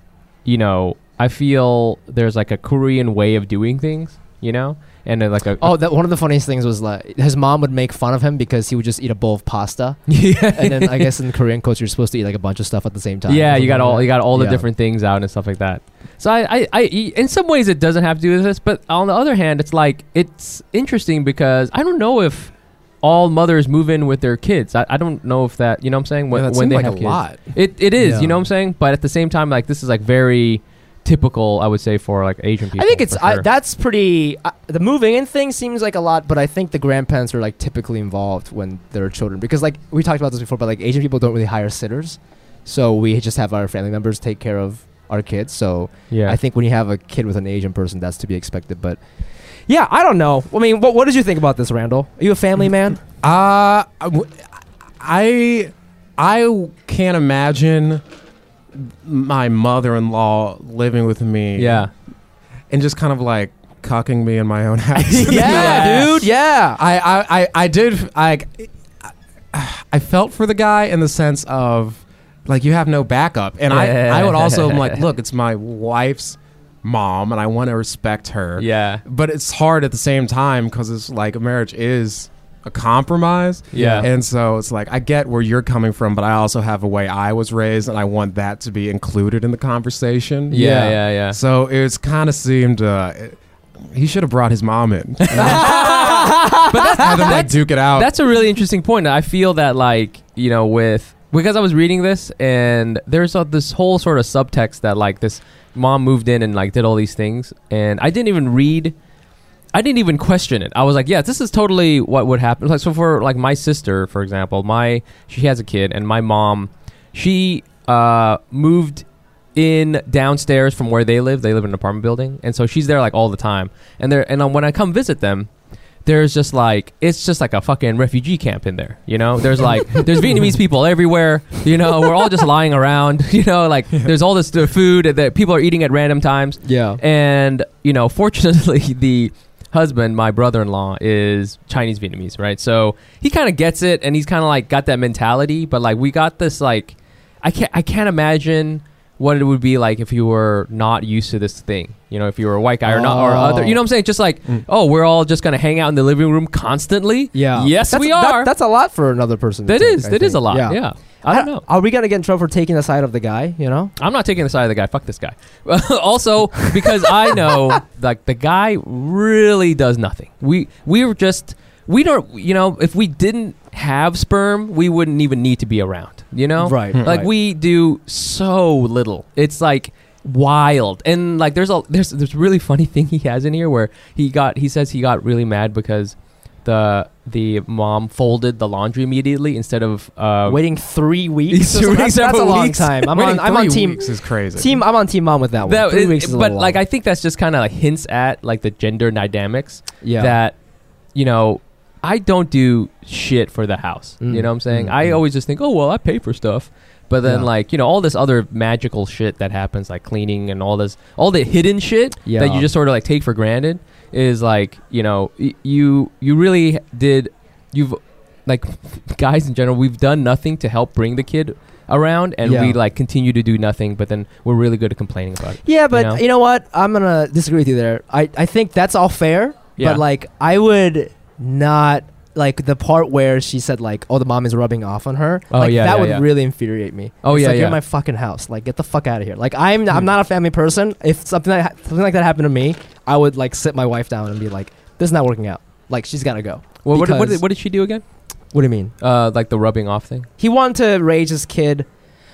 Speaker 2: you know, I feel there's like a Korean way of doing things. You know, and uh, like a
Speaker 1: Oh, that one of the funniest things was like his mom would make fun of him because he would just eat a bowl of pasta,
Speaker 2: yeah,
Speaker 1: and then I guess in Korean culture you're supposed to eat like a bunch of stuff at the same time.
Speaker 2: Yeah, you got all you got all the
Speaker 1: Yeah.
Speaker 2: different things out and stuff like that. So I, I, I, in some ways it doesn't have to do with this, but on the other hand, it's like it's interesting because I don't know if all mothers move in with their kids. I, I don't know if that you know what I'm saying when,
Speaker 3: Yeah, that
Speaker 2: when
Speaker 3: seemed
Speaker 2: they
Speaker 3: like
Speaker 2: have
Speaker 3: a
Speaker 2: kids.
Speaker 3: lot.
Speaker 2: It it is
Speaker 1: Yeah.
Speaker 2: you know what I'm saying, but at the same time, like this is like very typical. I would say for like Asian people.
Speaker 1: I think it's
Speaker 2: for
Speaker 1: I,
Speaker 2: sure.
Speaker 1: that's pretty. Uh, the moving in thing seems like a lot, but I think the grandparents are like typically involved when there are children because like we talked about this before, but like Asian people don't really hire sitters, so we just have our family members take care of our kids. So
Speaker 2: yeah.
Speaker 1: I think when you have a kid with an Asian person, that's to be expected. But yeah, I don't know. I mean, what what did you think about this, Randall? Are you a family man?
Speaker 3: Uh, I w- I I can't imagine my mother-in-law living with me.
Speaker 2: yeah.
Speaker 3: and just kind of like cocking me in my own house.
Speaker 1: yeah, dude. Yeah.
Speaker 3: I, I, I, I did. I, I felt for the guy in the sense of like you have no backup, and I, I would also am like, look, it's my wife's mom, and I want to respect her.
Speaker 2: Yeah.
Speaker 3: But it's hard at the same time because it's like a marriage is a compromise.
Speaker 2: Yeah.
Speaker 3: And so it's like I get where you're coming from, but I also have a way I was raised, and I want that to be included in the conversation.
Speaker 2: Yeah, yeah, yeah.
Speaker 3: So it's kind of seemed uh, it- he should have brought his mom in. but that's how they like duke it out.
Speaker 2: That's a really interesting point. I feel that like you know with because I was reading this and there's a, this whole sort of subtext that like this mom moved in and like did all these things and I didn't even read. I didn't even question it. I was like, yeah, this is totally what would happen. Like so for like my sister, for example, my she has a kid and my mom, she uh moved in downstairs from where they live. They live in an apartment building, and so she's there like all the time. And there and um, when I come visit them, there's just like it's just like a fucking refugee camp in there you know there's like there's vietnamese people everywhere you know we're all just lying around you know like there's all this uh, food that people are eating at random times
Speaker 1: Yeah.
Speaker 2: and you know fortunately the husband my brother-in-law is chinese vietnamese right so he kind of gets it and he's kind of like got that mentality but like we got this like i can't i can't imagine what it would be like if you were not used to this thing you know if you were a white guy or not or
Speaker 1: Oh.
Speaker 2: other you know what i'm saying just like oh we're all just gonna hang out in the living room constantly
Speaker 1: Mm. Yeah.
Speaker 2: yes
Speaker 1: That's-
Speaker 2: we
Speaker 1: that-
Speaker 2: are
Speaker 1: that's a lot for another person. to
Speaker 2: that
Speaker 1: take,
Speaker 2: is
Speaker 1: I
Speaker 2: that is a
Speaker 1: think.
Speaker 2: lot yeah, i don't know
Speaker 1: Are we gonna get in trouble for taking the side of the guy? You know?
Speaker 2: I'm not taking the side of the guy. Fuck this guy. also, because I know like the guy really does nothing. We we were just we don't you know if we didn't have sperm, we wouldn't even need to be around. You know,
Speaker 1: Right,
Speaker 2: Like
Speaker 1: right.
Speaker 2: we do so little. It's like wild and like there's a there's there's a really funny thing he has in here where he got he says he got really mad because the the mom folded the laundry immediately instead of uh,
Speaker 1: Waiting three weeks. or something?
Speaker 2: Waiting
Speaker 1: that's, that's a
Speaker 2: several
Speaker 1: long
Speaker 2: weeks.
Speaker 1: time. I'm
Speaker 3: Waiting
Speaker 1: on. I'm on
Speaker 3: three
Speaker 1: team.
Speaker 3: weeks is crazy.
Speaker 1: Team. I'm on team mom with that one.
Speaker 2: That-
Speaker 1: three
Speaker 2: it-
Speaker 1: weeks is a
Speaker 2: but
Speaker 1: little
Speaker 2: like
Speaker 1: long.
Speaker 2: I think that's just kind of like hints at like the gender dynamics
Speaker 1: yeah.
Speaker 2: that you know I don't do shit for the house.
Speaker 1: Mm,
Speaker 2: You know what I'm saying?
Speaker 1: mm,
Speaker 2: I
Speaker 1: mm.
Speaker 2: always just think, oh well, I pay for stuff. But then
Speaker 1: Yeah.
Speaker 2: like you know all this other magical shit that happens like cleaning and all this all the hidden shit
Speaker 1: Yeah.
Speaker 2: that you just sort of like take for granted is like you know y- you you really did you've like guys in general we've done nothing to help bring the kid around and
Speaker 1: Yeah.
Speaker 2: we like continue to do nothing but then we're really good at complaining about it.
Speaker 1: Yeah, but you
Speaker 2: know?
Speaker 1: know? what? I'm gonna disagree with you there. I, I think that's all fair.
Speaker 2: Yeah.
Speaker 1: But like I would not like the part where she said like, "Oh, the mom is rubbing off on her."
Speaker 2: Oh,
Speaker 1: like,
Speaker 2: yeah,
Speaker 1: that
Speaker 2: yeah,
Speaker 1: would
Speaker 2: yeah.
Speaker 1: really infuriate me.
Speaker 2: Oh,
Speaker 1: It's
Speaker 2: yeah,
Speaker 1: like, you're
Speaker 2: yeah.
Speaker 1: in my fucking house. Like get the fuck out of here. Like I'm I'm
Speaker 2: Hmm.
Speaker 1: not a family person. If something that ha- something like that happened to me, I would like sit my wife down and be like, "This is not working out. Like she's gotta go."
Speaker 2: Well, what, did- what,
Speaker 1: Because-
Speaker 2: did, what did she do again?
Speaker 1: What do you mean?
Speaker 2: Uh, like the rubbing off thing.
Speaker 1: He wanted to raise his kid.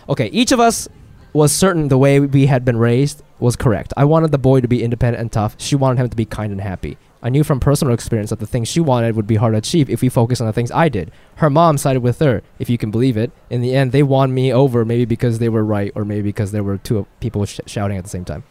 Speaker 1: Okay, each of us was certain the way we had been raised was correct. I wanted the boy to be independent and tough. She wanted him to be kind and happy. I knew from personal experience that the things she wanted would be hard to achieve if we focused on the things I did. Her mom sided with her, if you can believe it. In the end, they won me over, maybe because they were right, or maybe because there were two people sh- shouting at the same time.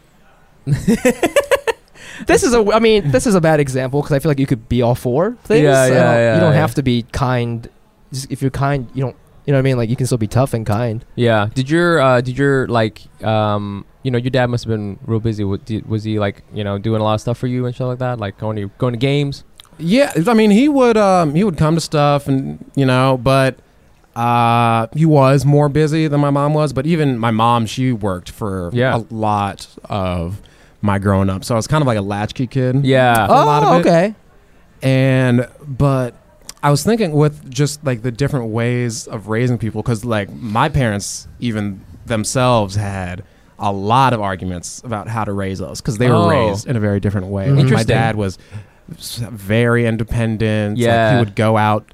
Speaker 1: this is a, I mean, this is a bad example because I feel like you could be all four things.
Speaker 2: Yeah,
Speaker 1: I
Speaker 2: yeah,
Speaker 1: don't-
Speaker 2: yeah,
Speaker 1: You don't
Speaker 2: yeah.
Speaker 1: have to be kind. Just, if you're kind, you don't You know what I mean? Like you can still be tough and kind.
Speaker 2: Yeah. Did your uh, did your like um you know your dad must have been real busy. Wa- did- Was he like you know doing a lot of stuff for you and stuff like that? Like going to going to games.
Speaker 3: Yeah, I mean, he would um, he would come to stuff, and you know, but uh, he was more busy than my mom was. But even my mom, she worked for
Speaker 2: Yeah.
Speaker 3: a lot of my growing up, so I was kind of like a latchkey kid.
Speaker 2: Yeah.
Speaker 3: A lot of it.
Speaker 1: Oh, okay.
Speaker 3: and but I was thinking with just like the different ways of raising people, because like my parents even themselves had a lot of arguments about how to raise us because they were
Speaker 2: Oh. Mm-hmm.
Speaker 3: raised in a very different way.
Speaker 1: Mhm.
Speaker 3: My
Speaker 2: Interesting.
Speaker 3: dad was s- very independent. Like,
Speaker 2: Yeah.
Speaker 3: he would go out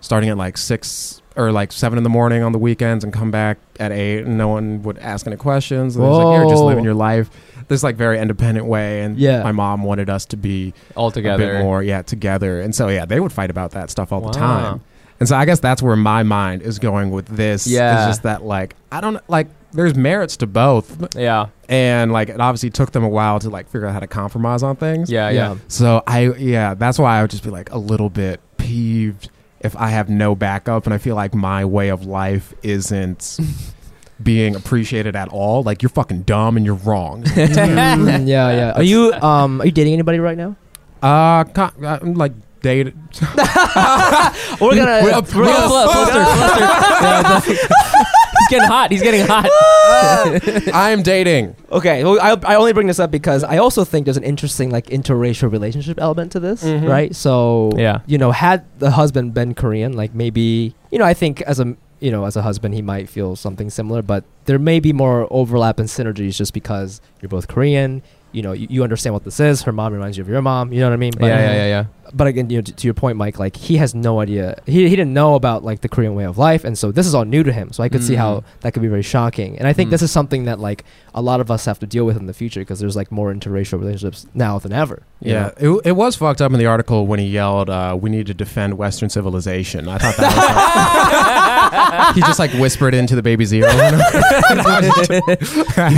Speaker 3: starting at like six or like seven in the morning on the weekends and come back at eight, and no one would ask any questions. And it was like you're just
Speaker 1: Whoa.
Speaker 3: living your life this like very independent way. And
Speaker 1: Yeah.
Speaker 3: my mom wanted us to be
Speaker 2: All together.
Speaker 3: a bit more, yeah, together. And so, yeah, they would fight about that stuff all
Speaker 2: Wow.
Speaker 3: the time. And so, I guess that's where my mind is going with this.
Speaker 2: Yeah.
Speaker 3: it's just that like I don't like. There's merits to both,
Speaker 2: Yeah.
Speaker 3: and like it obviously took them a while to like figure out how to compromise on things.
Speaker 2: Yeah. Yeah.
Speaker 1: Yeah.
Speaker 3: So I, yeah, that's why I would just be like a little bit peeved if I have no backup, and I feel like my way of life isn't. Being appreciated at all, like you're fucking dumb and you're wrong.
Speaker 1: Mm, yeah, yeah. Are you um are you dating anybody right now?
Speaker 3: Uh, con- I'm like dated.
Speaker 1: We're
Speaker 2: Uh,
Speaker 1: gonna
Speaker 3: We're up- we're up-
Speaker 2: He's getting hot. He's getting hot.
Speaker 3: I'm dating.
Speaker 1: Okay, well, I, I only bring this up because I also think there's an interesting like interracial relationship element to this,
Speaker 3: Mhm.
Speaker 1: right? So
Speaker 2: Yeah.
Speaker 1: you know, had the husband been Korean, like maybe you know, I think as a you know as a husband he might feel something similar, but there may be more overlap and synergies just because you're both Korean. You know, you, you understand what this is. Her mom reminds you of your mom. You know what I mean?
Speaker 2: Yeah. Yeah. Yeah. Yeah.
Speaker 1: But again, you know, to, to your point, Mike, like he has no idea. He, he didn't know about like the Korean way of life, and so this is all new to him. So I could see
Speaker 2: Mhm.
Speaker 1: how that could be very shocking. And I think
Speaker 2: Mm.
Speaker 1: this is something that like a lot of us have to deal with in the future because there's like more interracial relationships now than ever. you
Speaker 3: Yeah,
Speaker 1: know?
Speaker 3: it, it was fucked up in the article when he yelled, uh, "We need to defend Western civilization." I thought that was like, he just like whispered into the baby's ear. You're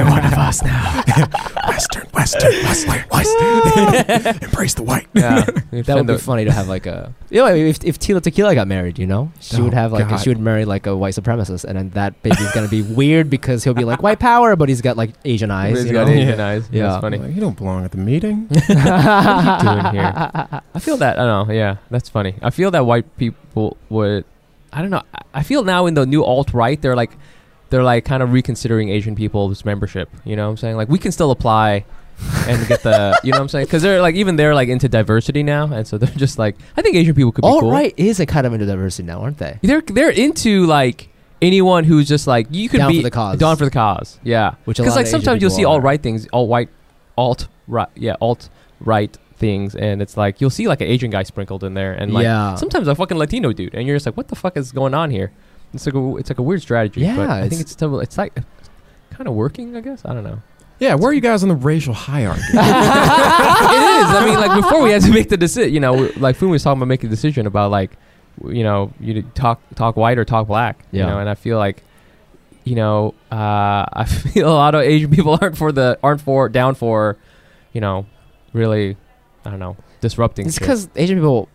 Speaker 3: one of us now. Western, Western, Western, Western. Embrace the white.
Speaker 2: yeah.
Speaker 1: that would
Speaker 2: Defend
Speaker 1: be
Speaker 2: the-
Speaker 1: funny to have like a you know if if Tila Tequila got married, you know, she
Speaker 3: Oh,
Speaker 1: would have like
Speaker 3: God.
Speaker 1: she would marry like a white supremacist, and then that baby's gonna be weird because he'll be like white power, but he's got like Asian eyes.
Speaker 2: He's
Speaker 1: You
Speaker 2: got
Speaker 1: know?
Speaker 3: Asian
Speaker 2: Asian eyes.
Speaker 1: Yeah.
Speaker 2: That's funny.
Speaker 3: Like, you don't belong at the meeting.
Speaker 2: doing here? I feel that. I don't know. Yeah, that's funny. I feel that white people would. I don't know. I- I feel now in the new alt right, they're like, they're like kind of reconsidering Asian people's membership. You know what I'm saying? Like we can still apply and get the. you know what I'm saying? Because they're like even they're like into diversity now, and so they're just like I think Asian people could be
Speaker 1: All
Speaker 2: cool.
Speaker 1: right is a kind of into diversity now, aren't they?
Speaker 2: They're they're into like anyone who's just like you could
Speaker 1: Down
Speaker 2: be
Speaker 1: for the cause.
Speaker 2: down for the cause. Yeah,
Speaker 1: Which a
Speaker 2: because
Speaker 1: lot
Speaker 2: like
Speaker 1: of Asian
Speaker 2: sometimes you'll
Speaker 1: people
Speaker 2: see
Speaker 1: are.
Speaker 2: all right things, all white, alt right, yeah, alt right things, and it's like you'll see like an Asian guy sprinkled in there, and like
Speaker 1: yeah.
Speaker 2: sometimes a fucking Latino dude, and you're just like, what the fuck is going on here? It's like a, it's like a weird strategy.
Speaker 1: Yeah,
Speaker 2: but I think
Speaker 1: it's-
Speaker 2: it's still, it's like kind of working, I guess. I don't know.
Speaker 3: Yeah, where are you guys in the racial hierarchy?
Speaker 2: it is. I mean, like before we had to make the decision. You know, we- like Fumi was talking about making a decision about like, w- you know, you d- talk talk white or talk black. You
Speaker 1: Yeah.
Speaker 2: know, and I feel like, you know, uh, I feel a lot of Asian people aren't for the aren't for down for, you know, really, I don't know, disrupting.
Speaker 1: It's
Speaker 2: shit.
Speaker 1: because Asian people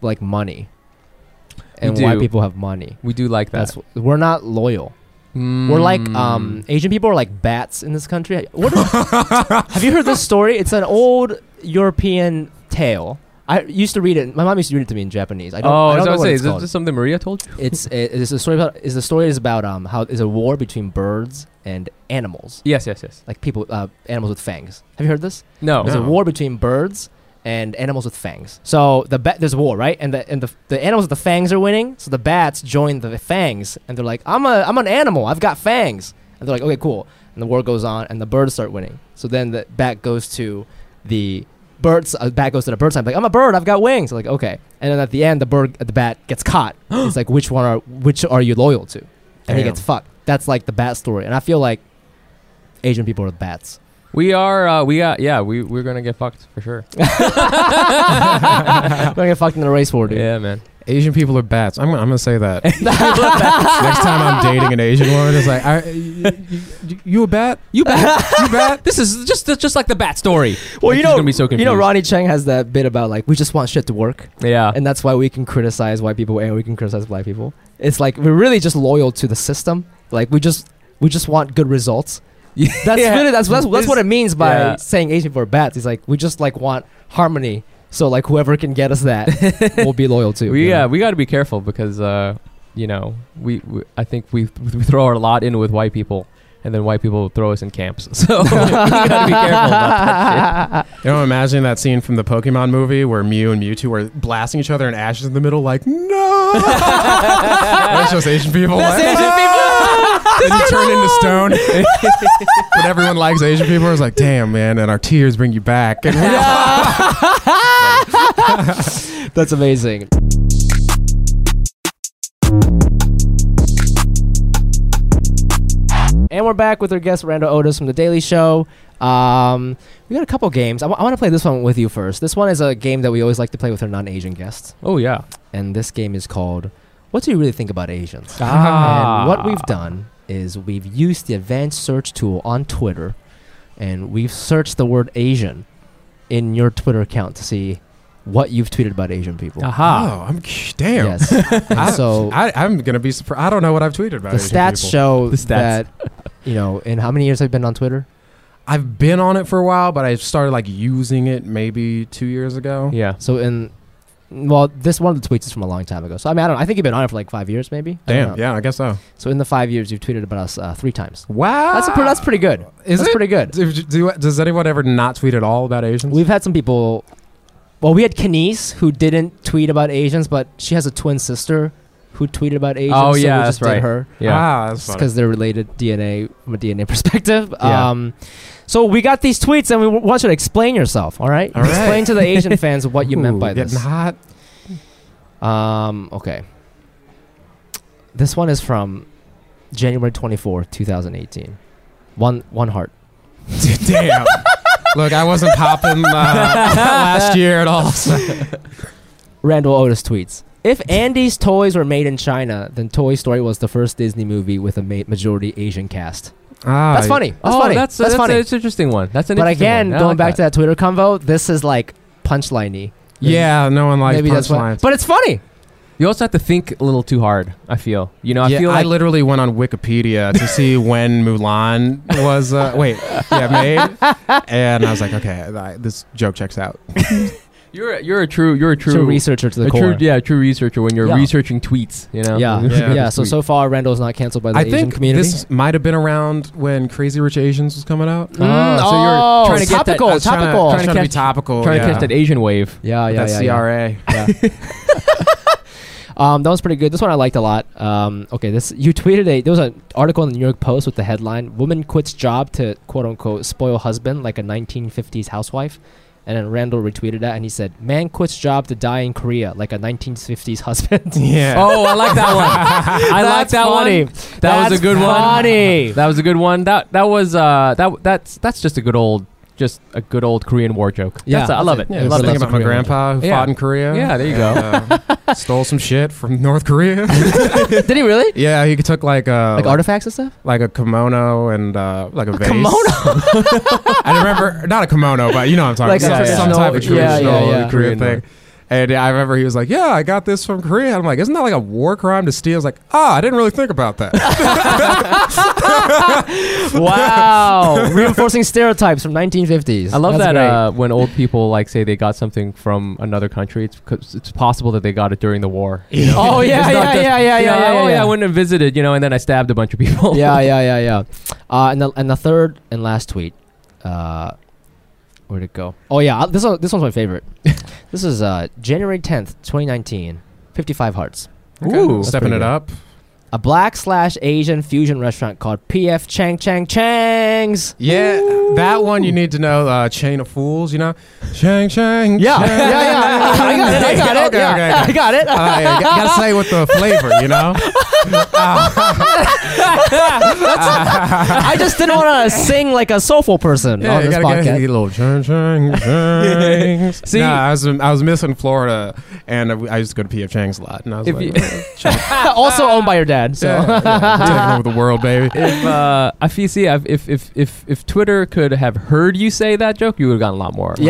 Speaker 1: like money, and
Speaker 2: We
Speaker 1: white
Speaker 2: do.
Speaker 1: people have money.
Speaker 2: we do like that. Mm.
Speaker 1: That's we're not loyal. We're like um, Asian people are like bats in this country. What are- have you heard this story? It's an old European tale. I used to read it. My mom used to read it to me in Japanese. I don't,
Speaker 2: oh,
Speaker 1: I
Speaker 2: I was
Speaker 1: don't know
Speaker 2: gonna
Speaker 1: what
Speaker 2: say,
Speaker 1: it's
Speaker 2: is this
Speaker 1: called.
Speaker 2: just something Maria told you?
Speaker 1: It's it- it's a story about is the story is about um how is a war between birds and animals
Speaker 2: Yes, yes, yes.
Speaker 1: like people uh, animals with fangs. Have you heard this?
Speaker 2: No.
Speaker 1: There's
Speaker 3: No.
Speaker 1: a war between birds and animals with fangs. So the ba- there's a war, right? And the and the, the animals with the fangs are winning. So the bats join the fangs, and they're like, "I'm a I'm an animal. I've got fangs." And they're like, "Okay, cool." And the war goes on, and the birds start winning. So then the bat goes to the birds. Uh, bat goes to the bird side. Like, I'm a bird. I've got wings. Like, okay. And then at the end, the bird the bat gets caught. it's like, which one are which are you loyal to? And he
Speaker 2: Damn.
Speaker 1: gets fucked. That's like the bat story. And I feel like Asian people are the bats.
Speaker 2: We are. Uh, we got. Yeah, we we're gonna get fucked for sure.
Speaker 1: We're gonna get fucked in the race war, dude.
Speaker 2: Yeah, man.
Speaker 3: Asian people are bats. I'm, gonna- I'm gonna say that next time I'm dating an Asian woman. It's like, I, you, you, you a bat?
Speaker 2: You bat.
Speaker 3: You bat?
Speaker 2: this is just that's just like the bat story.
Speaker 1: Well,
Speaker 2: Like,
Speaker 1: you
Speaker 2: she's
Speaker 1: know,
Speaker 2: gonna be so
Speaker 1: you know,
Speaker 2: confused.
Speaker 1: Ronnie Chang has that bit about like we just want shit to work,
Speaker 2: Yeah.
Speaker 1: and that's why we can criticize white people and we can criticize black people. It's like we're really just loyal to the system. Like we just we just want good results.
Speaker 2: Yeah.
Speaker 1: That's really that's that's, that's what it means by
Speaker 2: Yeah.
Speaker 1: saying Asian for bats. It's like we just like want harmony. So like whoever can get us that, we'll be loyal to.
Speaker 2: we
Speaker 1: you know?
Speaker 2: yeah, we got to be careful because uh, you know we, we I think we we throw our lot in with white people, and then white people throw us in camps. So we gotta be careful about that
Speaker 3: You know, I'm imagining that scene from the Pokemon movie where Mew and Mewtwo are blasting each other and Ash is in the middle, like, no! That's just Asian people.
Speaker 2: That's
Speaker 3: like,
Speaker 2: Asian
Speaker 3: people! and you turn into stone. but everyone likes Asian people. It's like, damn, man, and our tears bring you back. And
Speaker 1: That's amazing. And we're back with our guest Randall Otis from The Daily Show. Um, we got a couple games. I want to play this one with you first. This one is a game that we always like to play with our non-Asian guests,
Speaker 2: Oh yeah.
Speaker 1: and this game is called "What Do You Really Think About Asians?"
Speaker 2: Ah.
Speaker 1: And what we've done is we've used the advanced search tool on Twitter, and we've searched the word Asian in your Twitter account to see what you've tweeted about Asian people.
Speaker 2: Aha.
Speaker 3: oh, I'm, damn.
Speaker 1: Yes.
Speaker 3: I,
Speaker 1: And so
Speaker 3: I, I'm going to be surprised. I don't know what I've tweeted about
Speaker 1: the
Speaker 3: Asian
Speaker 1: stats
Speaker 3: people.
Speaker 1: show
Speaker 2: The stats.
Speaker 1: that you know. In how many years I've been on Twitter?
Speaker 3: I've been on it for a while, but I started like using it maybe two years ago.
Speaker 2: Yeah.
Speaker 1: So in well, this one of the tweets is from a long time ago. So I mean, I don't. I think you've been on it for like five years, maybe. I don't
Speaker 3: Damn.
Speaker 1: know.
Speaker 3: Yeah, I guess so.
Speaker 1: So in the five years, you've tweeted about us uh, three times.
Speaker 3: Wow.
Speaker 1: That's a pr- that's pretty good.
Speaker 3: Is
Speaker 1: that's
Speaker 3: it?
Speaker 1: pretty good.
Speaker 3: Do, do- does anyone ever not tweet at all about Asians?
Speaker 1: We've had some people. Well, we had Kenise who didn't tweet about Asians, but she has a twin sister who tweeted about Asians.
Speaker 2: Oh,
Speaker 1: so
Speaker 2: yeah,
Speaker 1: we just
Speaker 2: that's
Speaker 1: did
Speaker 2: right.
Speaker 1: her.
Speaker 2: Yeah.
Speaker 3: Ah, that's funny.
Speaker 1: because they're related DNA from a DNA perspective.
Speaker 2: Yeah.
Speaker 1: Um, so we got these tweets, and we w- want you to explain yourself. All right,
Speaker 3: All right.
Speaker 1: explain to the Asian fans what you meant
Speaker 3: Ooh,
Speaker 1: by
Speaker 3: getting
Speaker 1: this.
Speaker 3: hot.
Speaker 1: Um, okay, this one is from January twenty fourth, two thousand eighteen. One one heart.
Speaker 3: Damn. Look, I wasn't popping uh, last year at all. so-
Speaker 1: Randall Otis tweets: If Andy's toys were made in China, then Toy Story was the first Disney movie with a ma- majority Asian cast.
Speaker 3: Ah,
Speaker 1: That's funny. That's
Speaker 2: oh,
Speaker 1: funny.
Speaker 2: that's
Speaker 1: that's, funny.
Speaker 2: It's an interesting one. That's an.
Speaker 1: but
Speaker 2: interesting
Speaker 1: again,
Speaker 2: one. I
Speaker 1: going
Speaker 2: like
Speaker 1: back
Speaker 2: that.
Speaker 1: to that Twitter convo, this is like punchliney.
Speaker 3: Yeah, no one likes
Speaker 1: Maybe that's why.
Speaker 3: punchlines.
Speaker 1: But it's funny.
Speaker 2: you also have to think a little too hard. I feel. You know, I
Speaker 3: yeah,
Speaker 2: feel like.
Speaker 3: I literally went on Wikipedia to see when Mulan was uh, wait, yeah, made, and I was like, okay, I, this joke checks out.
Speaker 2: you're you're a true you're a true
Speaker 1: True researcher to the
Speaker 2: a
Speaker 1: core.
Speaker 2: true yeah true researcher when you're
Speaker 1: Yeah.
Speaker 2: researching tweets. You know.
Speaker 1: Yeah,
Speaker 2: When
Speaker 1: yeah.
Speaker 2: you're
Speaker 3: Yeah.
Speaker 2: researching
Speaker 1: So
Speaker 2: tweets.
Speaker 1: so far, Randall's not canceled by the
Speaker 3: I
Speaker 1: Asian
Speaker 3: think
Speaker 1: community.
Speaker 3: this might have been around when Crazy Rich Asians was coming out.
Speaker 1: Mm,
Speaker 2: Oh, so you're
Speaker 1: oh,
Speaker 2: trying to get that-
Speaker 1: topical,
Speaker 3: I was trying to-
Speaker 1: topical.
Speaker 3: trying to,
Speaker 2: Trying to
Speaker 3: be topical,
Speaker 2: trying
Speaker 3: yeah.
Speaker 2: to catch that Asian wave.
Speaker 1: yeah, yeah,
Speaker 3: that
Speaker 1: yeah. yeah.
Speaker 3: CRA.
Speaker 1: Um, that was pretty good. This one I liked a lot. Um, okay, this you tweeted a there was an article in the New York Post with the headline "Woman quits job to quote unquote spoil husband like a 1950s housewife," and then Randall retweeted that and he said, "Man quits job to die in Korea like a 1950s husband."
Speaker 3: Yeah.
Speaker 2: Oh, I like that one. I like
Speaker 1: That's
Speaker 2: that
Speaker 1: funny.
Speaker 2: one. That was a good one.
Speaker 1: Funny.
Speaker 2: That was a good one. That that was uh that that's that's just a good old just a good old Korean war joke.
Speaker 1: Yeah.
Speaker 2: That's- I love it.
Speaker 3: Yeah,
Speaker 2: I
Speaker 3: I
Speaker 2: love
Speaker 3: was
Speaker 2: it.
Speaker 3: thinking about my
Speaker 1: Korea.
Speaker 3: grandpa who
Speaker 2: Yeah.
Speaker 3: fought in Korea.
Speaker 2: Yeah, there you go.
Speaker 3: go. stole some shit from North Korea.
Speaker 1: Did he really?
Speaker 3: yeah, he took like a
Speaker 1: Like
Speaker 3: like,
Speaker 1: artifacts and stuff?
Speaker 3: a kimono and uh, like a, vase.
Speaker 1: kimono?
Speaker 3: I remember not a kimono, but you know what I'm
Speaker 1: Like
Speaker 3: talking
Speaker 1: a
Speaker 3: about.
Speaker 2: Yeah,
Speaker 3: Some
Speaker 2: yeah.
Speaker 3: type of
Speaker 2: traditional-
Speaker 3: traditional
Speaker 1: yeah, yeah, yeah.
Speaker 3: Korean
Speaker 2: Korean
Speaker 3: thing. And yeah, I remember he was like, "Yeah, I got this from Korea." I'm like, "Isn't that like a war crime to steal?" I was like, "Ah, I didn't really think about that."
Speaker 1: Wow. Reinforcing stereotypes from 1950s.
Speaker 2: I love
Speaker 1: That's
Speaker 2: that
Speaker 1: great.
Speaker 2: uh, when old people like say they got something from another country, it's 'cause it's possible that they got it during the war. you know?
Speaker 1: Oh, yeah,
Speaker 2: It's not
Speaker 1: yeah, yeah, yeah,
Speaker 2: you know,
Speaker 1: yeah, yeah,
Speaker 2: Oh yeah,
Speaker 1: yeah.
Speaker 2: I went and visited, you know, and then I stabbed a bunch of people.
Speaker 1: yeah, yeah, yeah, yeah. Uh, and the and the third and last tweet, uh, where'd it go? Oh yeah, uh, this one this one's my favorite. this is uh, January tenth, twenty nineteen. Fifty five hearts.
Speaker 2: Ooh.
Speaker 3: stepping
Speaker 1: pretty
Speaker 3: it
Speaker 1: good.
Speaker 3: up.
Speaker 1: a black slash Asian fusion restaurant called PF Chang Chang Chang's.
Speaker 3: Yeah, that one you need to know. Uh, Chain of Fools, you know? Chang, Chang.
Speaker 1: Yeah, yeah,
Speaker 3: Chang.
Speaker 1: yeah. I got it. I got it.
Speaker 3: Okay,
Speaker 1: yeah,
Speaker 3: okay, okay.
Speaker 1: I got it.
Speaker 3: Uh, yeah, g- gotta say with the flavor, you know?
Speaker 1: I just didn't want to sing like a soulful person
Speaker 3: Yeah,
Speaker 1: on
Speaker 3: you
Speaker 1: this
Speaker 3: gotta get
Speaker 1: podcast.
Speaker 3: a little chang, chang, chang.
Speaker 1: See-
Speaker 3: nah, I was I was missing Florida, and I, I used to go to PF Chang's a lot, and I was
Speaker 2: If
Speaker 3: like,
Speaker 2: you-
Speaker 1: also owned by your dad. So
Speaker 3: yeah, yeah, taking over the world, baby.
Speaker 2: if uh, I feel see, I've- if if if if Twitter could have heard you say that joke, you would have gotten a lot more.
Speaker 1: yeah,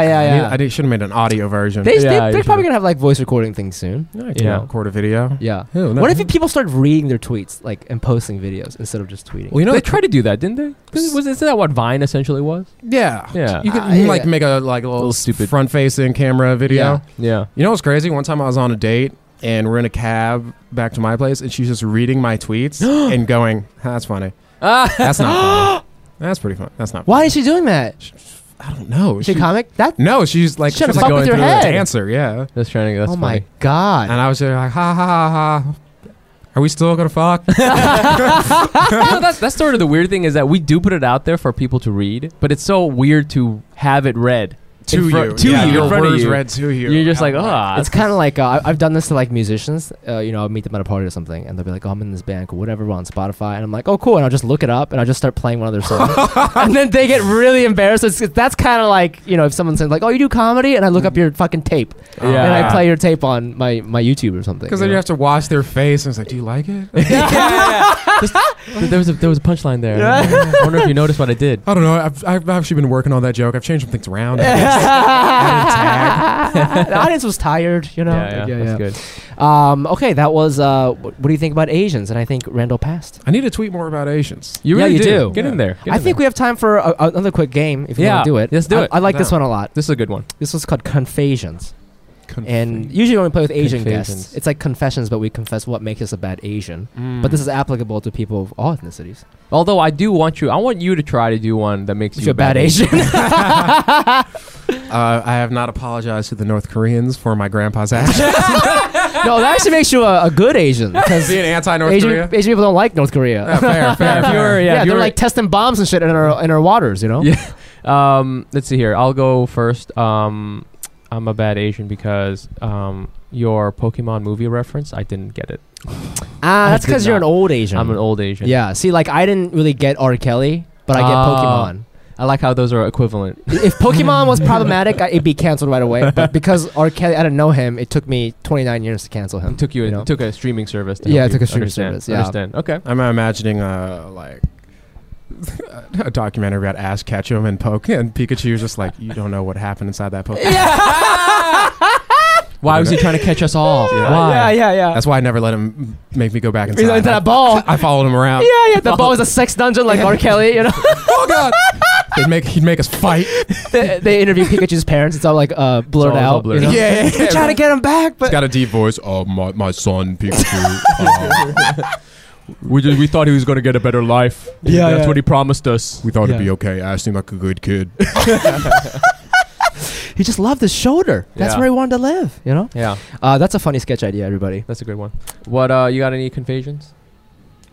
Speaker 1: yeah,
Speaker 3: I,
Speaker 1: yeah.
Speaker 3: should have made an audio version.
Speaker 1: They,
Speaker 2: Yeah,
Speaker 1: they,
Speaker 2: you
Speaker 1: they're probably
Speaker 2: should've-
Speaker 1: gonna have like voice recording things soon.
Speaker 3: yeah, I
Speaker 2: you
Speaker 3: can
Speaker 2: know.
Speaker 3: record a video.
Speaker 1: Yeah.
Speaker 3: Ew, no.
Speaker 1: What if people start reading their tweets like and posting videos instead of just tweeting?
Speaker 3: Well, you know,
Speaker 2: they
Speaker 3: the
Speaker 2: tried to do that, didn't they? Didn't- Was isn't that what Vine essentially was?
Speaker 3: Yeah,
Speaker 2: Yeah.
Speaker 3: You could
Speaker 1: Ah, yeah.
Speaker 3: like make a like a
Speaker 2: Little
Speaker 3: little, stupid
Speaker 2: stupid-
Speaker 3: front-facing camera video.
Speaker 1: Yeah.
Speaker 2: Yeah.
Speaker 3: You know what's crazy? One time I was on a date and we're in a cab back to my place, and she's just reading my tweets and going, "Ah, "That's funny. That's not funny. That's pretty funny. That's not.
Speaker 1: Why is she doing that? Is
Speaker 3: I don't know.
Speaker 1: she a comic? That
Speaker 3: no, she's like
Speaker 1: She had
Speaker 3: she's
Speaker 1: a
Speaker 3: like
Speaker 1: fuck with
Speaker 3: going
Speaker 1: your
Speaker 3: through a
Speaker 1: head.
Speaker 3: dancer. Yeah,
Speaker 2: That's trying to. That's
Speaker 1: oh
Speaker 2: funny.
Speaker 1: my god.
Speaker 3: and I was just like, "Ha ha ha ha." Are we still gonna fuck?
Speaker 2: you know, that's that's sort of the weird thing is that we do put it out there for people to read, but it's so weird to have it read
Speaker 3: to
Speaker 2: In fro-
Speaker 3: you,
Speaker 2: to
Speaker 3: yeah,
Speaker 2: you,
Speaker 3: Your
Speaker 2: in front of
Speaker 3: words
Speaker 2: you.
Speaker 3: read to you.
Speaker 2: You're just like,
Speaker 3: Yeah.
Speaker 2: ah,
Speaker 1: it's kind of like uh, I- I've done this to like musicians. Uh, you know, I'll meet them at a party or something, and they'll be like, "Oh, I'm in this band, or whatever, we're on Spotify," and I'm like, "Oh, cool," and I'll just look it up, and I'll just start playing one of their songs, and then they get really embarrassed. It's, it's- that's kind of like you know, if someone says like, "Oh, you do comedy," and I look up your fucking tape,
Speaker 2: oh, Yeah.
Speaker 1: and I play your tape on my my YouTube or something.
Speaker 3: Because
Speaker 1: you
Speaker 3: then you
Speaker 1: know?
Speaker 3: have to wash their face, and it's like, do you like it?
Speaker 2: there was a there was a punchline there. I wonder if you noticed what I did.
Speaker 3: I don't know. I've, I've actually been working on that joke. I've changed some things around.
Speaker 1: the audience was tired, you know.
Speaker 2: yeah, yeah, that's good.
Speaker 1: Um, okay, that was. Uh, wh- what do you think about Asians? And I think Randall passed.
Speaker 3: I need to tweet more about Asians.
Speaker 2: You
Speaker 1: Yeah,
Speaker 2: really
Speaker 1: you do.
Speaker 2: do. Get in
Speaker 3: Yeah.
Speaker 2: there. Get
Speaker 1: I
Speaker 2: in
Speaker 1: think
Speaker 2: there.
Speaker 1: we have time for a, another quick game. If you
Speaker 2: Yeah,
Speaker 1: want to do it,
Speaker 2: let's do
Speaker 1: I-
Speaker 2: it.
Speaker 1: I, like this
Speaker 3: Yeah.
Speaker 1: one a lot.
Speaker 2: this is a good one.
Speaker 1: This was called Confessions,
Speaker 3: Conf-
Speaker 1: and usually when we play with Asian guests,
Speaker 2: Confessions.
Speaker 1: it's like confessions, but we confess what makes us a bad Asian. But
Speaker 2: Mm.
Speaker 1: this is applicable to people of all ethnicities.
Speaker 2: Although I do want you, I want you to try to do one that makes
Speaker 1: If
Speaker 2: you
Speaker 1: you're a bad Asian,
Speaker 3: Uh, I have not apologized to the North Koreans for my grandpa's action.
Speaker 1: no, that actually makes you a, a good Asian because
Speaker 3: Being anti-North
Speaker 1: Asian,
Speaker 3: Korea.
Speaker 1: Asian people don't like North Korea.
Speaker 3: Yeah, fair, fair.
Speaker 2: If
Speaker 3: fair.
Speaker 2: you're,
Speaker 1: Yeah,
Speaker 2: yeah, if
Speaker 1: they're
Speaker 2: you're-
Speaker 1: like testing bombs and shit in our in our waters, you know.
Speaker 2: Yeah. Um, let's see here. I'll go first. Um, I'm a bad Asian because um, your Pokemon movie reference, I didn't get it.
Speaker 1: Ah,
Speaker 2: I
Speaker 1: that's
Speaker 2: did
Speaker 1: because you're an
Speaker 2: not.
Speaker 1: old Asian.
Speaker 2: I'm an old Asian.
Speaker 1: Yeah. See, like I didn't really get R. Kelly, but I get
Speaker 2: Ah.
Speaker 1: Pokemon.
Speaker 2: I like how those are equivalent.
Speaker 1: If Pokemon was problematic, I, it'd be canceled right away. But because R. Kelly, I didn't know him. It took me 29 years to cancel him.
Speaker 2: It took you,
Speaker 1: You
Speaker 2: it
Speaker 1: know?
Speaker 2: took a streaming service. To
Speaker 1: Yeah,
Speaker 2: help
Speaker 1: it took
Speaker 2: you
Speaker 1: a streaming
Speaker 2: understand-
Speaker 1: service, yeah.
Speaker 2: Understand? Okay.
Speaker 3: I'm imagining uh, like a documentary about Ash Ketchum and Poke and Pikachu's just like, you don't know what happened inside that Pokemon.
Speaker 2: Why was he trying to catch us all?
Speaker 3: Yeah.
Speaker 2: Why?
Speaker 1: Yeah, yeah, yeah.
Speaker 3: That's why I never let him make me go back
Speaker 1: He's
Speaker 3: inside.
Speaker 1: into that ball.
Speaker 3: I followed him around.
Speaker 1: Yeah, yeah. The ball is a sex dungeon like R. Kelly, you know.
Speaker 3: Oh God! They'd make he'd make us fight.
Speaker 1: they, they interview Pikachu's parents. It's all like uh, blurred
Speaker 2: all- it's all
Speaker 1: out.
Speaker 2: blurred
Speaker 1: you know?
Speaker 2: out.
Speaker 3: yeah,
Speaker 1: We try to get him back,
Speaker 3: He's
Speaker 1: but
Speaker 3: got a deep voice. Oh my, my son Pikachu. uh,
Speaker 2: We just, we thought he was going to get a better life.
Speaker 1: Yeah, That's yeah. what
Speaker 2: he promised us.
Speaker 3: we thought
Speaker 1: Yeah.
Speaker 3: it'd be okay. Ash seemed like a good kid.
Speaker 1: he just loved his shoulder. That's
Speaker 2: Yeah.
Speaker 1: where he wanted to live, you know.
Speaker 2: Yeah,
Speaker 1: Uh, that's a funny sketch idea, everybody.
Speaker 2: that's a good one. What uh, you got any confessions?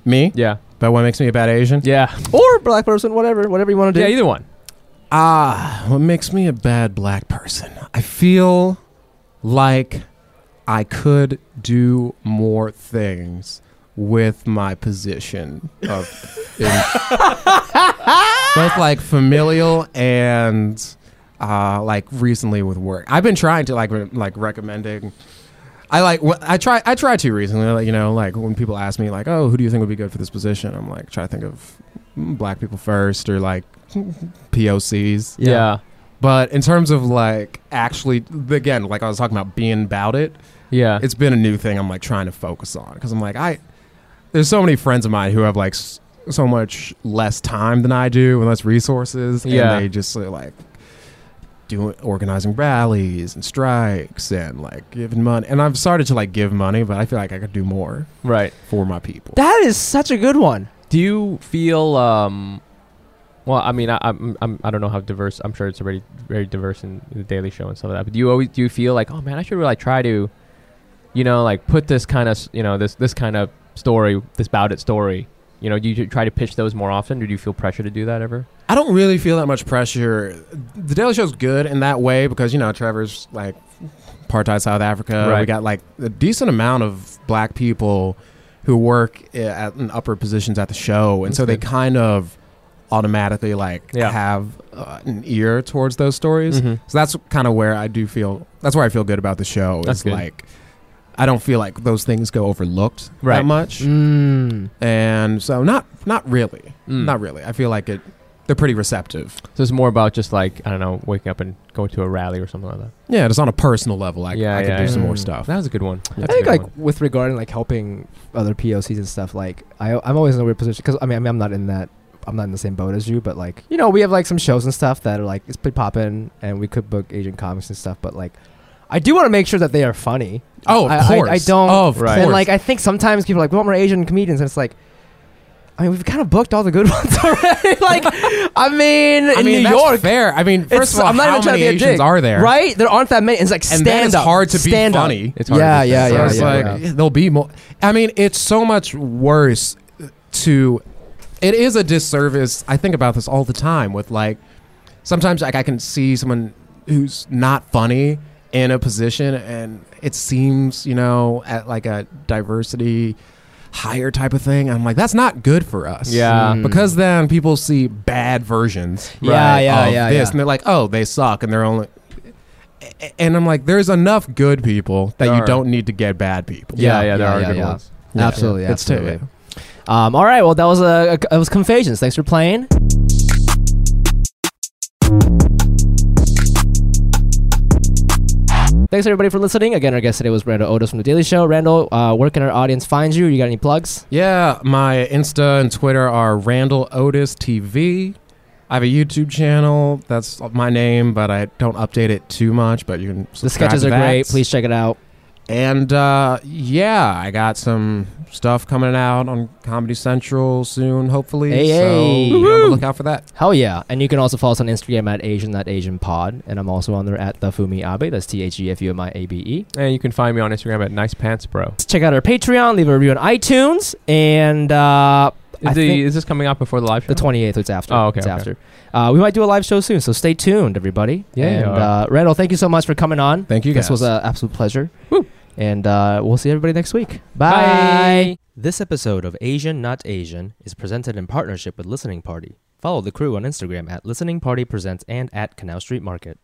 Speaker 3: Me?
Speaker 2: Yeah,
Speaker 3: But what makes me a bad Asian?
Speaker 2: yeah,
Speaker 1: Or black person, whatever, whatever you want to do.
Speaker 2: yeah. Either one.
Speaker 3: Ah, what makes me a bad black person? I feel like I could do more things with my position of in- both like familial and uh, like recently with work. I've been trying to like re- like recommending. I like wh- I try I try to recently like, you know like when people ask me like oh who do you think would be good for this position I'm like try to think of mm, black people first or like POCs.
Speaker 2: Yeah, yeah.
Speaker 3: But in terms of like actually, again, like I was talking about being about it, it's been a new thing I'm like trying to focus on because I'm like, I, there's so many friends of mine who have like s- so much less time than I do and less resources.
Speaker 2: Yeah.
Speaker 3: And they just are, like doing organizing rallies and strikes and like giving money. And I've started to like give money, but I feel like I could do more
Speaker 2: right.
Speaker 3: for my people.
Speaker 1: That is such a good one.
Speaker 2: Do you feel um? Well, I mean, I, I'm, I'm I don't know how diverse. I'm sure it's already very diverse in the Daily Show and stuff like that. But do you always do you feel like, oh man, I should really try to, you know, like put this kind of you know this this kind of story, this bout it story. You know, do you try to pitch those more often, or do you feel pressure to do that ever?
Speaker 3: I don't really feel that much pressure. The Daily Show's good in that way because you know Trevor's like apartheid South Africa. We
Speaker 2: Right.
Speaker 3: got like a decent amount of black people who work i- at in upper positions at the show, and so they
Speaker 2: That's good.
Speaker 3: kind of automatically like
Speaker 2: Yeah.
Speaker 3: have uh, an ear towards those stories.
Speaker 2: Mhm.
Speaker 3: So that's kind of where I do feel. That's where I feel good about the show.
Speaker 2: That's
Speaker 3: is
Speaker 2: good.
Speaker 3: like I don't feel like those things go overlooked that
Speaker 2: Right. Mm-hmm.
Speaker 3: much,
Speaker 1: Mm.
Speaker 3: and so not not really,
Speaker 2: Mm.
Speaker 3: not really. I feel like it. They're pretty receptive.
Speaker 2: So it's more about just like I don't know, waking up and going to a rally or something like that.
Speaker 3: Yeah, just on a personal level, I,
Speaker 2: Yeah,
Speaker 3: I
Speaker 2: yeah,
Speaker 3: can do some
Speaker 1: yeah.
Speaker 3: more
Speaker 1: Mm.
Speaker 3: stuff.
Speaker 2: That was a good one.
Speaker 1: I think like with regarding like helping other POCs and stuff, like I I'm always in a weird position because I mean, I mean I'm not in that I'm not in the same boat as you, but like you know we have like some shows and stuff that are like it's pretty poppin' and we could book Asian comics and stuff, but like I do want to make sure that they are funny.
Speaker 3: oh, of
Speaker 1: I- I-
Speaker 3: course.
Speaker 1: I don't-
Speaker 3: Of
Speaker 2: Right.
Speaker 3: course.
Speaker 1: And like I think sometimes people are like we want more Asian comedians, and it's like. I mean, we've kind of booked all the good ones already. like, I mean,
Speaker 3: I
Speaker 1: in
Speaker 3: mean,
Speaker 1: New
Speaker 3: that's
Speaker 1: York,
Speaker 3: fair. I mean, first
Speaker 1: it's-
Speaker 3: of all,
Speaker 1: I'm not
Speaker 3: how
Speaker 1: even trying to
Speaker 3: many
Speaker 1: be a
Speaker 3: Asians
Speaker 1: dick,
Speaker 3: are there?
Speaker 1: right? There aren't that many. It's like
Speaker 3: And
Speaker 1: stand
Speaker 3: then it's
Speaker 1: up.
Speaker 3: hard to be
Speaker 1: stand up.
Speaker 3: funny.
Speaker 2: It's hard
Speaker 1: yeah,
Speaker 2: to be
Speaker 1: yeah,
Speaker 3: So
Speaker 1: yeah,
Speaker 3: it's
Speaker 1: yeah,
Speaker 3: like
Speaker 1: yeah.
Speaker 3: there'll be more. I mean, it's so much worse to. It is a disservice. I think about this all the time. With like, sometimes like I can see someone who's not funny in a position, and it seems you know at like a diversity higher type of thing. I'm like, that's not good for us.
Speaker 2: Yeah.
Speaker 1: Mm.
Speaker 3: because then people see bad versions.
Speaker 1: Yeah, Ah, yeah,
Speaker 3: of
Speaker 1: yeah,
Speaker 3: This
Speaker 1: yeah.
Speaker 3: and they're like, oh, they suck, and they're only. A- And I'm like, there's enough good people that
Speaker 2: There
Speaker 3: you
Speaker 2: are.
Speaker 3: don't need to get bad people.
Speaker 2: yeah, yeah, there
Speaker 1: yeah,
Speaker 2: are
Speaker 1: yeah,
Speaker 2: good
Speaker 1: yeah.
Speaker 2: ones.
Speaker 3: Yeah.
Speaker 1: Absolutely,
Speaker 3: It's too-
Speaker 1: absolutely. Um, all right, well, that was a, a it was Confasions. Thanks for playing. Thanks everybody for listening. Again, our guest today was Randall Otis from the Daily Show. Randall, uh, where can our audience find you? You got any plugs?
Speaker 3: Yeah, my Insta and Twitter are Randall Otis TV. I have a YouTube channel. That's my name, but I don't update it too much. But you can.
Speaker 1: The
Speaker 3: subscribe
Speaker 1: sketches
Speaker 3: to
Speaker 1: are
Speaker 3: that.
Speaker 1: great. Please check it out.
Speaker 3: And uh, yeah, I got some stuff coming out on Comedy Central soon, hopefully.
Speaker 1: Hey,
Speaker 3: so
Speaker 1: hey.
Speaker 3: be on the lookout for that.
Speaker 1: Hell yeah! And you can also follow us on Instagram at Asian.AsianPod, and I'm also on there at the Fumi Abe. That's T H E F U M I A B E.
Speaker 2: And you can find me on Instagram at nice pants bro.
Speaker 1: Check out our Patreon. Leave a review on iTunes, and uh, I
Speaker 2: Is, the,
Speaker 1: think-
Speaker 2: is this coming out before the live show?
Speaker 1: The 28th. It's after.
Speaker 2: Oh, okay,
Speaker 1: It's
Speaker 2: okay.
Speaker 1: after. Uh, we might do a live show soon, so stay tuned, everybody.
Speaker 2: Yeah.
Speaker 1: And uh, Randall, thank you so much for coming on.
Speaker 3: Thank you guys.
Speaker 1: This was an absolute pleasure.
Speaker 2: Woo.
Speaker 1: And uh, we'll see everybody next week. Bye.
Speaker 2: Bye.
Speaker 1: This episode of Asian Not Asian is presented in partnership with Listening Party. Follow the crew on Instagram at Listening Party Presents and at Canal Street Market.